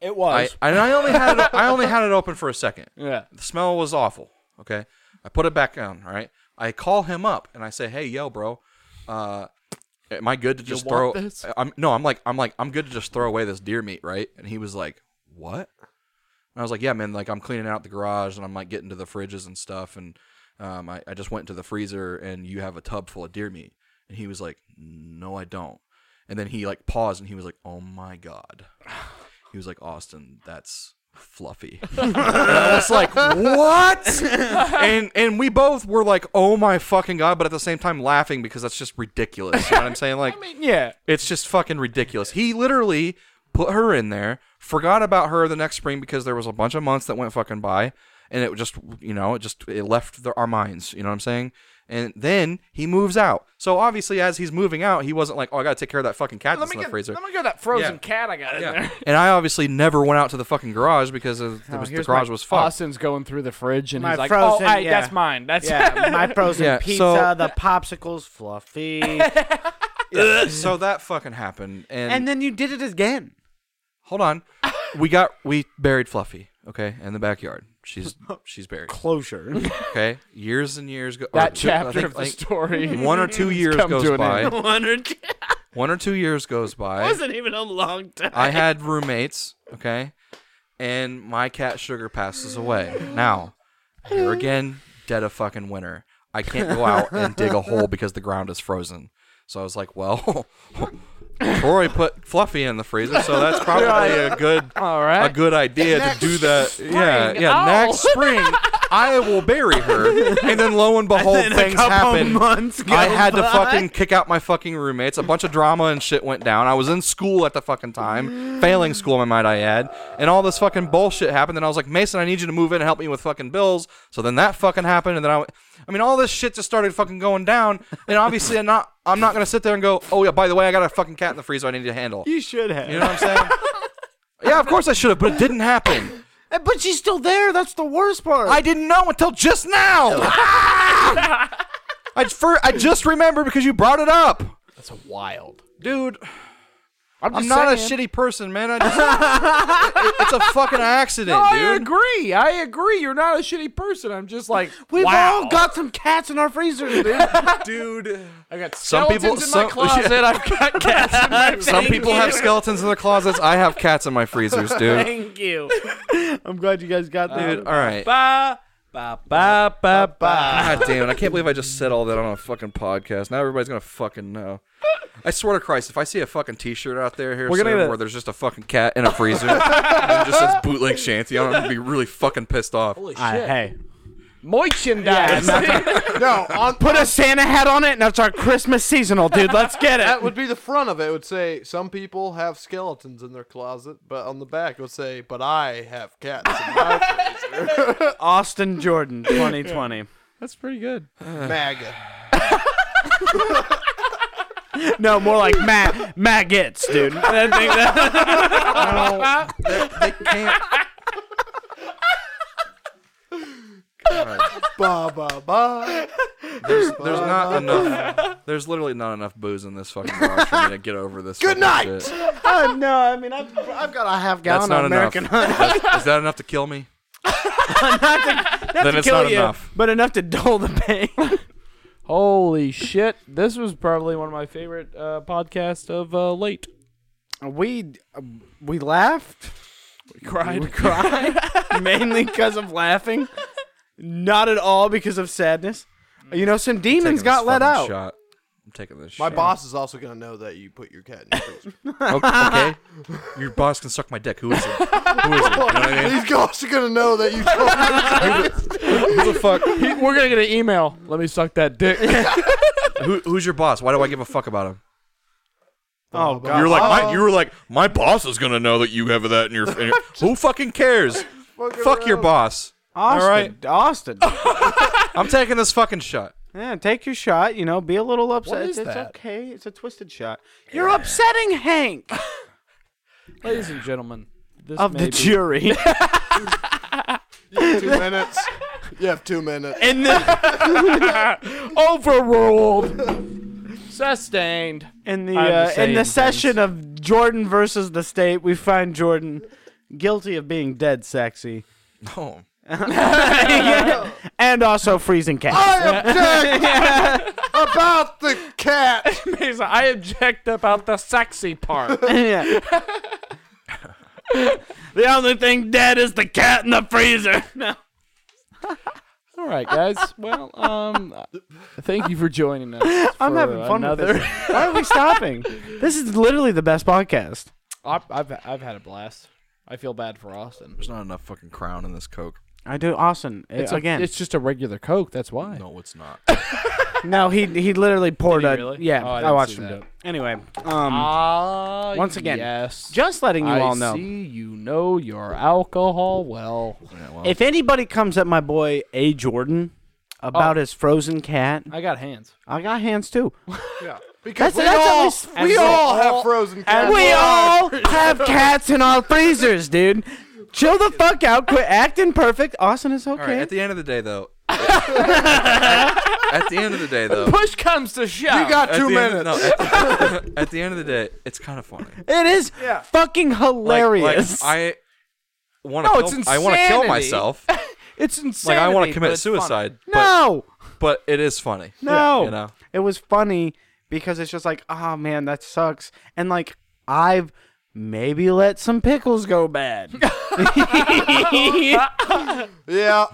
It
I
was.
and I only had it, I only had it open for a second.
yeah.
The smell was awful. Okay. I put it back on. All right. I call him up and I say, "Hey, yo, bro, uh, am I good to just throw?"
want this?
I'm no. I'm like I'm like I'm good to just throw away this deer meat, right? And he was like, "What?" And I was like, "Yeah, man. Like I'm cleaning out the garage and I'm like getting to the fridges and stuff, and um, I, I just went to the freezer and you have a tub full of deer meat." And he was like, "No, I don't." And then he like paused and he was like, "Oh my god." He was like, "Austin, that's fluffy." It's like what? and and we both were like, oh my fucking god! But at the same time, laughing because that's just ridiculous. You know what I'm saying? Like,
Yeah.
it's just fucking ridiculous. He literally put her in there, forgot about her the next spring because there was a bunch of months that went fucking by, and it just you know it just it left the, our minds. You know what I'm saying? And then he moves out. So obviously, as he's moving out, he wasn't like, oh, I gotta take care of that fucking cat
Let
that's
me
in the
get.
freezer.
Let me get that frozen
Yeah.
cat I got in
Yeah.
there.
and I obviously never went out to the fucking garage because of, it was, the
Oh, Here's
garage
my-
was fucked.
Austin's going through the fridge and
My
he's like,
frozen-
"Oh, I,
yeah.
that's mine. That's
Yeah, my frozen
Yeah, so-
pizza, the popsicles, fluffy,
so that fucking happened. And,
and then you did it again.
hold on, we got we buried Fluffy. Okay, in the backyard. She's she's buried.
Closure.
Okay, years and years go. or
that
two- I
chapter
think,
of the
like,
story."
One or two years
come to
goes
an
by.
Wondered.
One or two years goes by.
wasn't even a long time.
I had roommates. Okay, and my cat Sugar passes away. Now, here again, dead of fucking winter. I can't go out and dig a hole because the ground is frozen. So I was like, well. Rory put Fluffy in the freezer, so that's probably a good
All
a
right.
good idea to do that. Yeah, yeah.
Oh.
Next spring, I will bury her, and then lo and behold, things happen.
months
I had to fucking kick out my fucking roommates. A bunch of drama and shit went down. I was in school at the fucking time, failing school, I might I add. And all this fucking bullshit happened. Then I was like, Mason, I need you to move in and help me with fucking bills. So then that fucking happened, and then I, w- I mean, all this shit just started fucking going down. And obviously, I'm not, I'm not gonna sit there and go, oh yeah, by the way, I got a fucking cat in the freezer I need to handle.
You should have.
You know what I'm saying? yeah, of course I should have, but it didn't happen.
Eh, But she's still there. That's the worst part.
I didn't know until just now. Ah! I, fir- I just remember because you brought it up.
That's wild.
Dude,
I'm,
I'm
just
not
saying.
a shitty person, man. I just, it- it- it's a fucking accident,
I
dude.
agree. I agree. You're not a shitty person. I'm just like
We've
wow.
all got some cats in our freezer, dude.
Dude,
I got
Some
skeletons
people-
in
some-
my closet.
yeah.
I've got cats in my
some people have skeletons in their closets. I have cats in my freezers, dude.
Thank you. I'm glad you guys got that.
Dude, all right.
Ba ba ba ba ba.
God damn it. I can't believe I just said all that on a fucking podcast. Now everybody's going to fucking know. I swear to Christ, if I see a fucking t shirt out there here
We're
soon
gonna get a-
where there's just a fucking cat in a freezer and it just says bootleg shanty, I'm going to be really fucking pissed off.
I, Uh, hey.
merchandise.
No, on, put a Santa hat on it, and that's our Christmas seasonal, dude. Let's get
That
it.
would be the front of it. It would say, Some people have skeletons in their closet, but on the back it would say, But I have cats in my freezer.
Austin Jordan, 2020.
That's pretty good.
MAGA.
No, more like Matt maggots, dude. I think that-
They can't. God,
Ba ba ba.
there's, there's not enough. There's literally not enough booze in this fucking garage for me to get over this. Good
night!
Oh, no, I mean I've, I've got a half
That's
gallon
not
of American
enough.
Honey.
That's- is that enough to kill me? then it's
Kill
not
you,
enough.
but enough to dull the pain.
Holy shit! This was probably one of my favorite uh, podcasts of uh, late.
we we laughed, we cried, we cried mainly because of laughing, not at all because of sadness. You know, some
Taking
demons
this
got let
fucking
out.
Shot. I'm taking this.
My
shot.
boss is also going to know that you put your cat in the freezer.
okay. Your boss can suck my dick. Who is it? Who is it? You know what I mean?
These guys are going to know that you told
Who the fuck?
He- We're gonna get an email. Let me suck that dick.
Who, who's your boss? Why do I give a fuck about him?
Oh God!
You were like, my, you were like, my boss is gonna know that you have that in your. In your who fucking cares? Fuck your boss.
Austin,
All right.
Austin.
I'm taking this fucking shot.
Yeah, take your shot. You know, be a little upset.
What
It's-
is
it's,
that?
okay. It's a twisted shot. You're upsetting Hank
Ladies and gentlemen, this
of
may
the
be-
jury.
you two minutes. You have two minutes.
and then
overruled. Sustained.
In the
I'm
uh,
just
in the
saying
session of Jordan versus the state, we find Jordan guilty of being dead sexy
No.
and also freezing cats.
about the cat.
He's like, I object about the sexy part.
Yeah. the only thing dead is the cat in the freezer. No.
All right, guys. Well, um, thank you for joining us.
I'm
for
having fun
another.
with this. Why are we stopping? This is literally the best podcast.
I've, I've I've had a blast. I feel bad for Austin.
There's not enough fucking crown in this Coke.
I do Austin
It's
uh, again.
A, it's just a regular Coke. That's why.
No, it's not.
no, he he literally poured
he
a
really?
yeah.
Oh, I
I,
didn't
watched
see
him do
that.
it. Anyway, um,
Ah.
Once again,
yes.
just letting you
I
all know.
see you know your alcohol well.
Yeah, well,
If anybody comes at my boy A Jordan about
Oh.
his frozen cat,
I got hands.
I got hands too.
Yeah, because
That's- that's at
we all we
least- that's
all
it.
have frozen cats.
we all have cats in our freezers, dude. Chill the fuck out. Quit acting perfect. Austin is okay.
all right. At the end of the day, though. at the end of the day, though.
Push comes to shove.
You got
at
two
the end-
minutes.
no, at, the, at the end of the day, it's kind of funny.
it is fucking
Like- like,
hilarious.
I want to.
No,
kill,
it's
I want to kill
insanity.
myself.
it's insane.
like I want to commit suicide. But,
no,
but it is funny.
no.
You know.
It was funny because it's just like, oh man, that sucks. And like, I've maybe let some pickles go bad.
Yeah,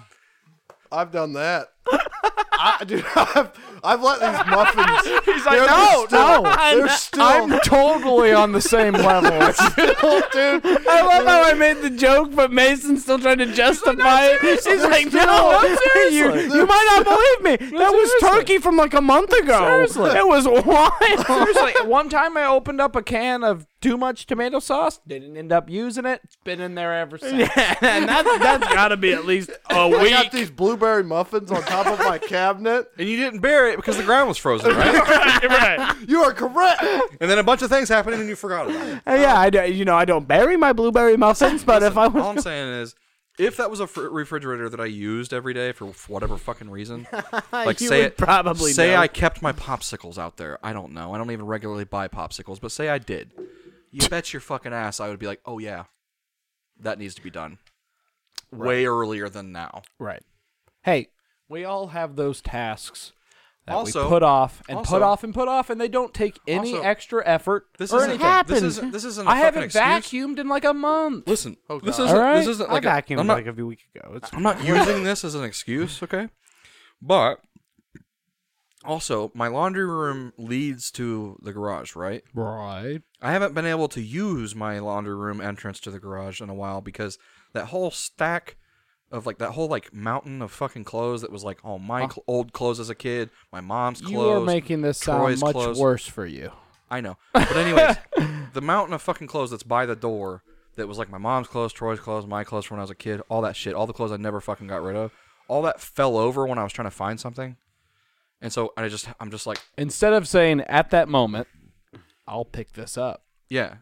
I've done that. I, dude, I've, I've let these muffins. He's like,
no, no.
they're still,
I'm totally on the same level. as you.
dude.
I love how I made the joke, but Mason's still trying to justify it. He's like, no, you, you might not believe me. that was
seriously.
turkey from like a month ago.
Seriously.
It was wild.
Seriously, one time I opened up a can of too much tomato sauce, didn't end up using it. It's been in there ever since.
and that, that's got to be at least a
I
week.
got these blueberry muffins on top of my cabinet.
And you didn't bury it because the ground was frozen, right?
You are correct.
and then a bunch of things happened, and you forgot about it.
yeah, I, do- you know, I don't bury my blueberry muffins, but if I
All
was.
I'm saying is, if that was a fr- refrigerator that I used every day for whatever fucking reason, like
You
say
would
it-
probably
say
know.
I kept my popsicles out there. I don't know. I don't even regularly buy popsicles, but say I did. You bet your fucking ass I would be like, oh yeah, that needs to be done way earlier than now.
Right. Hey, we all have those tasks that we
Also-
put off and put
also-
off and put off, and they don't take any
Also-
extra effort
This
or
isn't
anything.
this
happened.
isn't this isn't a
I
fucking
haven't
excuse.
vacuumed in like a month.
Listen, this
God.
isn't
Alright.
this isn't
I
like a,
vacuumed
I'm not
like a week ago. It's
I'm not using this as an excuse, okay? But also, my laundry room leads to the garage, right?
Right.
I haven't been able to use my laundry room entrance to the garage in a while because that whole stack of like that whole like mountain of fucking clothes that was like all my cl- old clothes as a kid, my mom's clothes.
You are making this sound
Troy's
much
clothes.
worse for you.
I know. But anyways, the mountain of fucking clothes that's by the door that was like my mom's clothes, Troy's clothes, my clothes from when I was a kid, all that shit, all the clothes I never fucking got rid of, all that fell over when I was trying to find something. And so I just I'm just like,
Instead of saying at that moment, I'll pick this up.
yeah.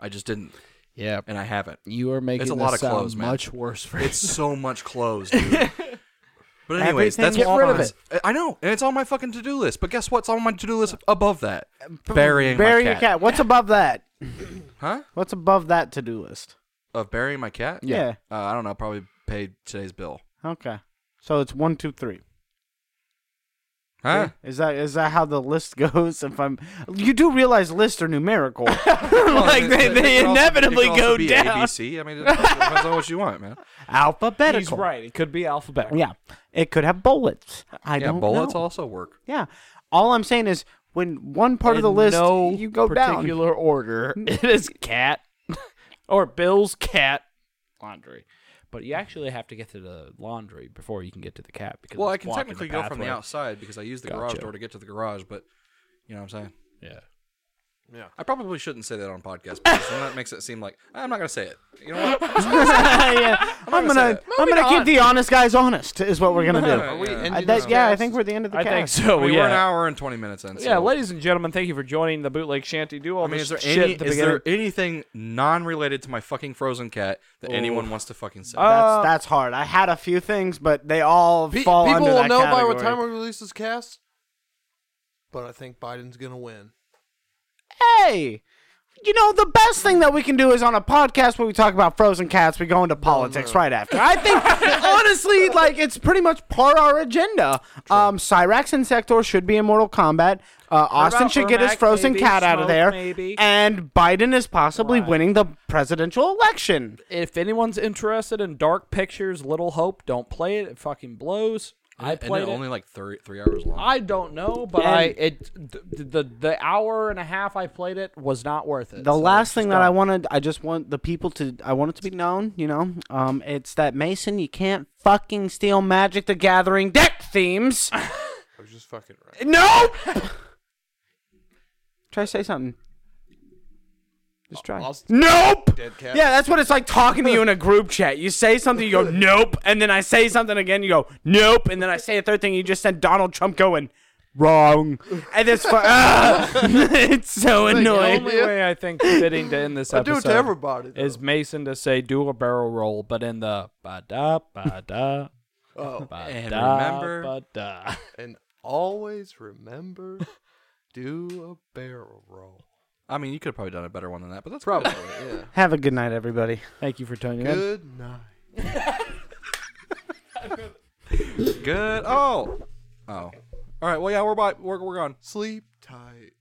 I just didn't
Yeah.
and I haven't.
You are making
It's a
this
lot of
sound
clothes, man.
much worse for
It's so much clothes, dude. But anyways,
Everything,
that's
get
all
rid of
mine. I know, and it's on my fucking to do list. But guess what's on my to do
Uh,
list above that? Burying
bury
my
your cat. What's above that?
Huh?
What's above that to do list?
Of burying my cat?
Yeah.
Uh, I don't know. Probably paid today's bill.
Okay. So it's one, two, three.
Huh?
Is that is that how the list goes? If I'm, you do realize lists are numerical. like they, they inevitably go down
ABC. I mean, it depends on what you want, man.
alphabetical.
He's right. It could be alphabetical.
Yeah, it could have bullets. I
yeah,
don't
bullets
know.
also work.
yeah, all I'm saying is when one part of the
in
list
no
you go down.
particular order. It is cat or Bill's cat laundry, but you actually have to get to the laundry before you can get to the cat because
Well, I
it's
can
blocking
technically
the
go from the
pathway.
outside because I use the garage
Gotcha.
door to get to the garage, but you know what I'm saying.
Yeah.
I probably shouldn't say that on podcast because then that makes it seem like I'm not gonna say it. You know what?
yeah. I'm
gonna
gonna
say
I'm gonna keep the honest guys honest is what we're gonna
Are we
do.
ending
I- that-
this
yeah, I
podcast?
think we're at the end of the
I
cast.
think so.
I mean,
yeah.
We're an hour and twenty minutes in. So
yeah, ladies and gentlemen, thank you for joining the Bootleg Shanty. Do all
I mean, is
this
there
shit
any
at the
is
beginning.
there anything non-related to my fucking frozen cat that anyone wants to fucking say?
That's that's hard. I had a few things, but they all
Pe-
fall
people
under
will
that
know by
category.
what time we release this cast. but I think Biden's gonna win.
Hey, you know the best thing that we can do is on a podcast where we talk about frozen cats. We go into
Oh,
politics right after. I think honestly, like it's pretty much part of our agenda. Um, Cyrax and Sector should be in Mortal Kombat. Uh, Austin
about
should get his
Vermac,
frozen
maybe?
cat out of
Smoke,
there,
maybe?
and Biden is possibly
Right.
winning the presidential election.
If anyone's interested in Dark Pictures, Little Hope, don't play it. It fucking blows.
and
I
it
played it.
only like three three hours long.
I don't know, but I it the, the the hour and a half I played it was not worth it.
The
so
last
it's
thing
just
that I
done.
wanted, I just want the people to, I want it to be known, you know, um, it's that Mason, you can't fucking steal Magic the Gathering deck themes.
I was just fucking right.
no! try to say something. Just try.
I'll-
nope!
Dead cat.
Yeah, that's what it's like talking to you in a group chat. You say something, you go, nope, and then I say something again, you go, nope, and then I say a third thing, you just send Donald Trump going, wrong. And it's, fu- ah! it's so
the
annoying.
only way I think fitting to end this
I do
episode
it to everybody. though.
is Mason to say do a barrel roll, but in the ba da ba da
oh,
ba
And
da
remember-
ba da.
and always remember, do a barrel roll.
I mean, you could have probably done a better one than that, but that's
Probably. Yeah.
Have a good night, everybody.
Thank you for tuning in.
Good night.
good. Oh, oh. All right. Well, yeah, we're by, we're we're gone.
Sleep tight.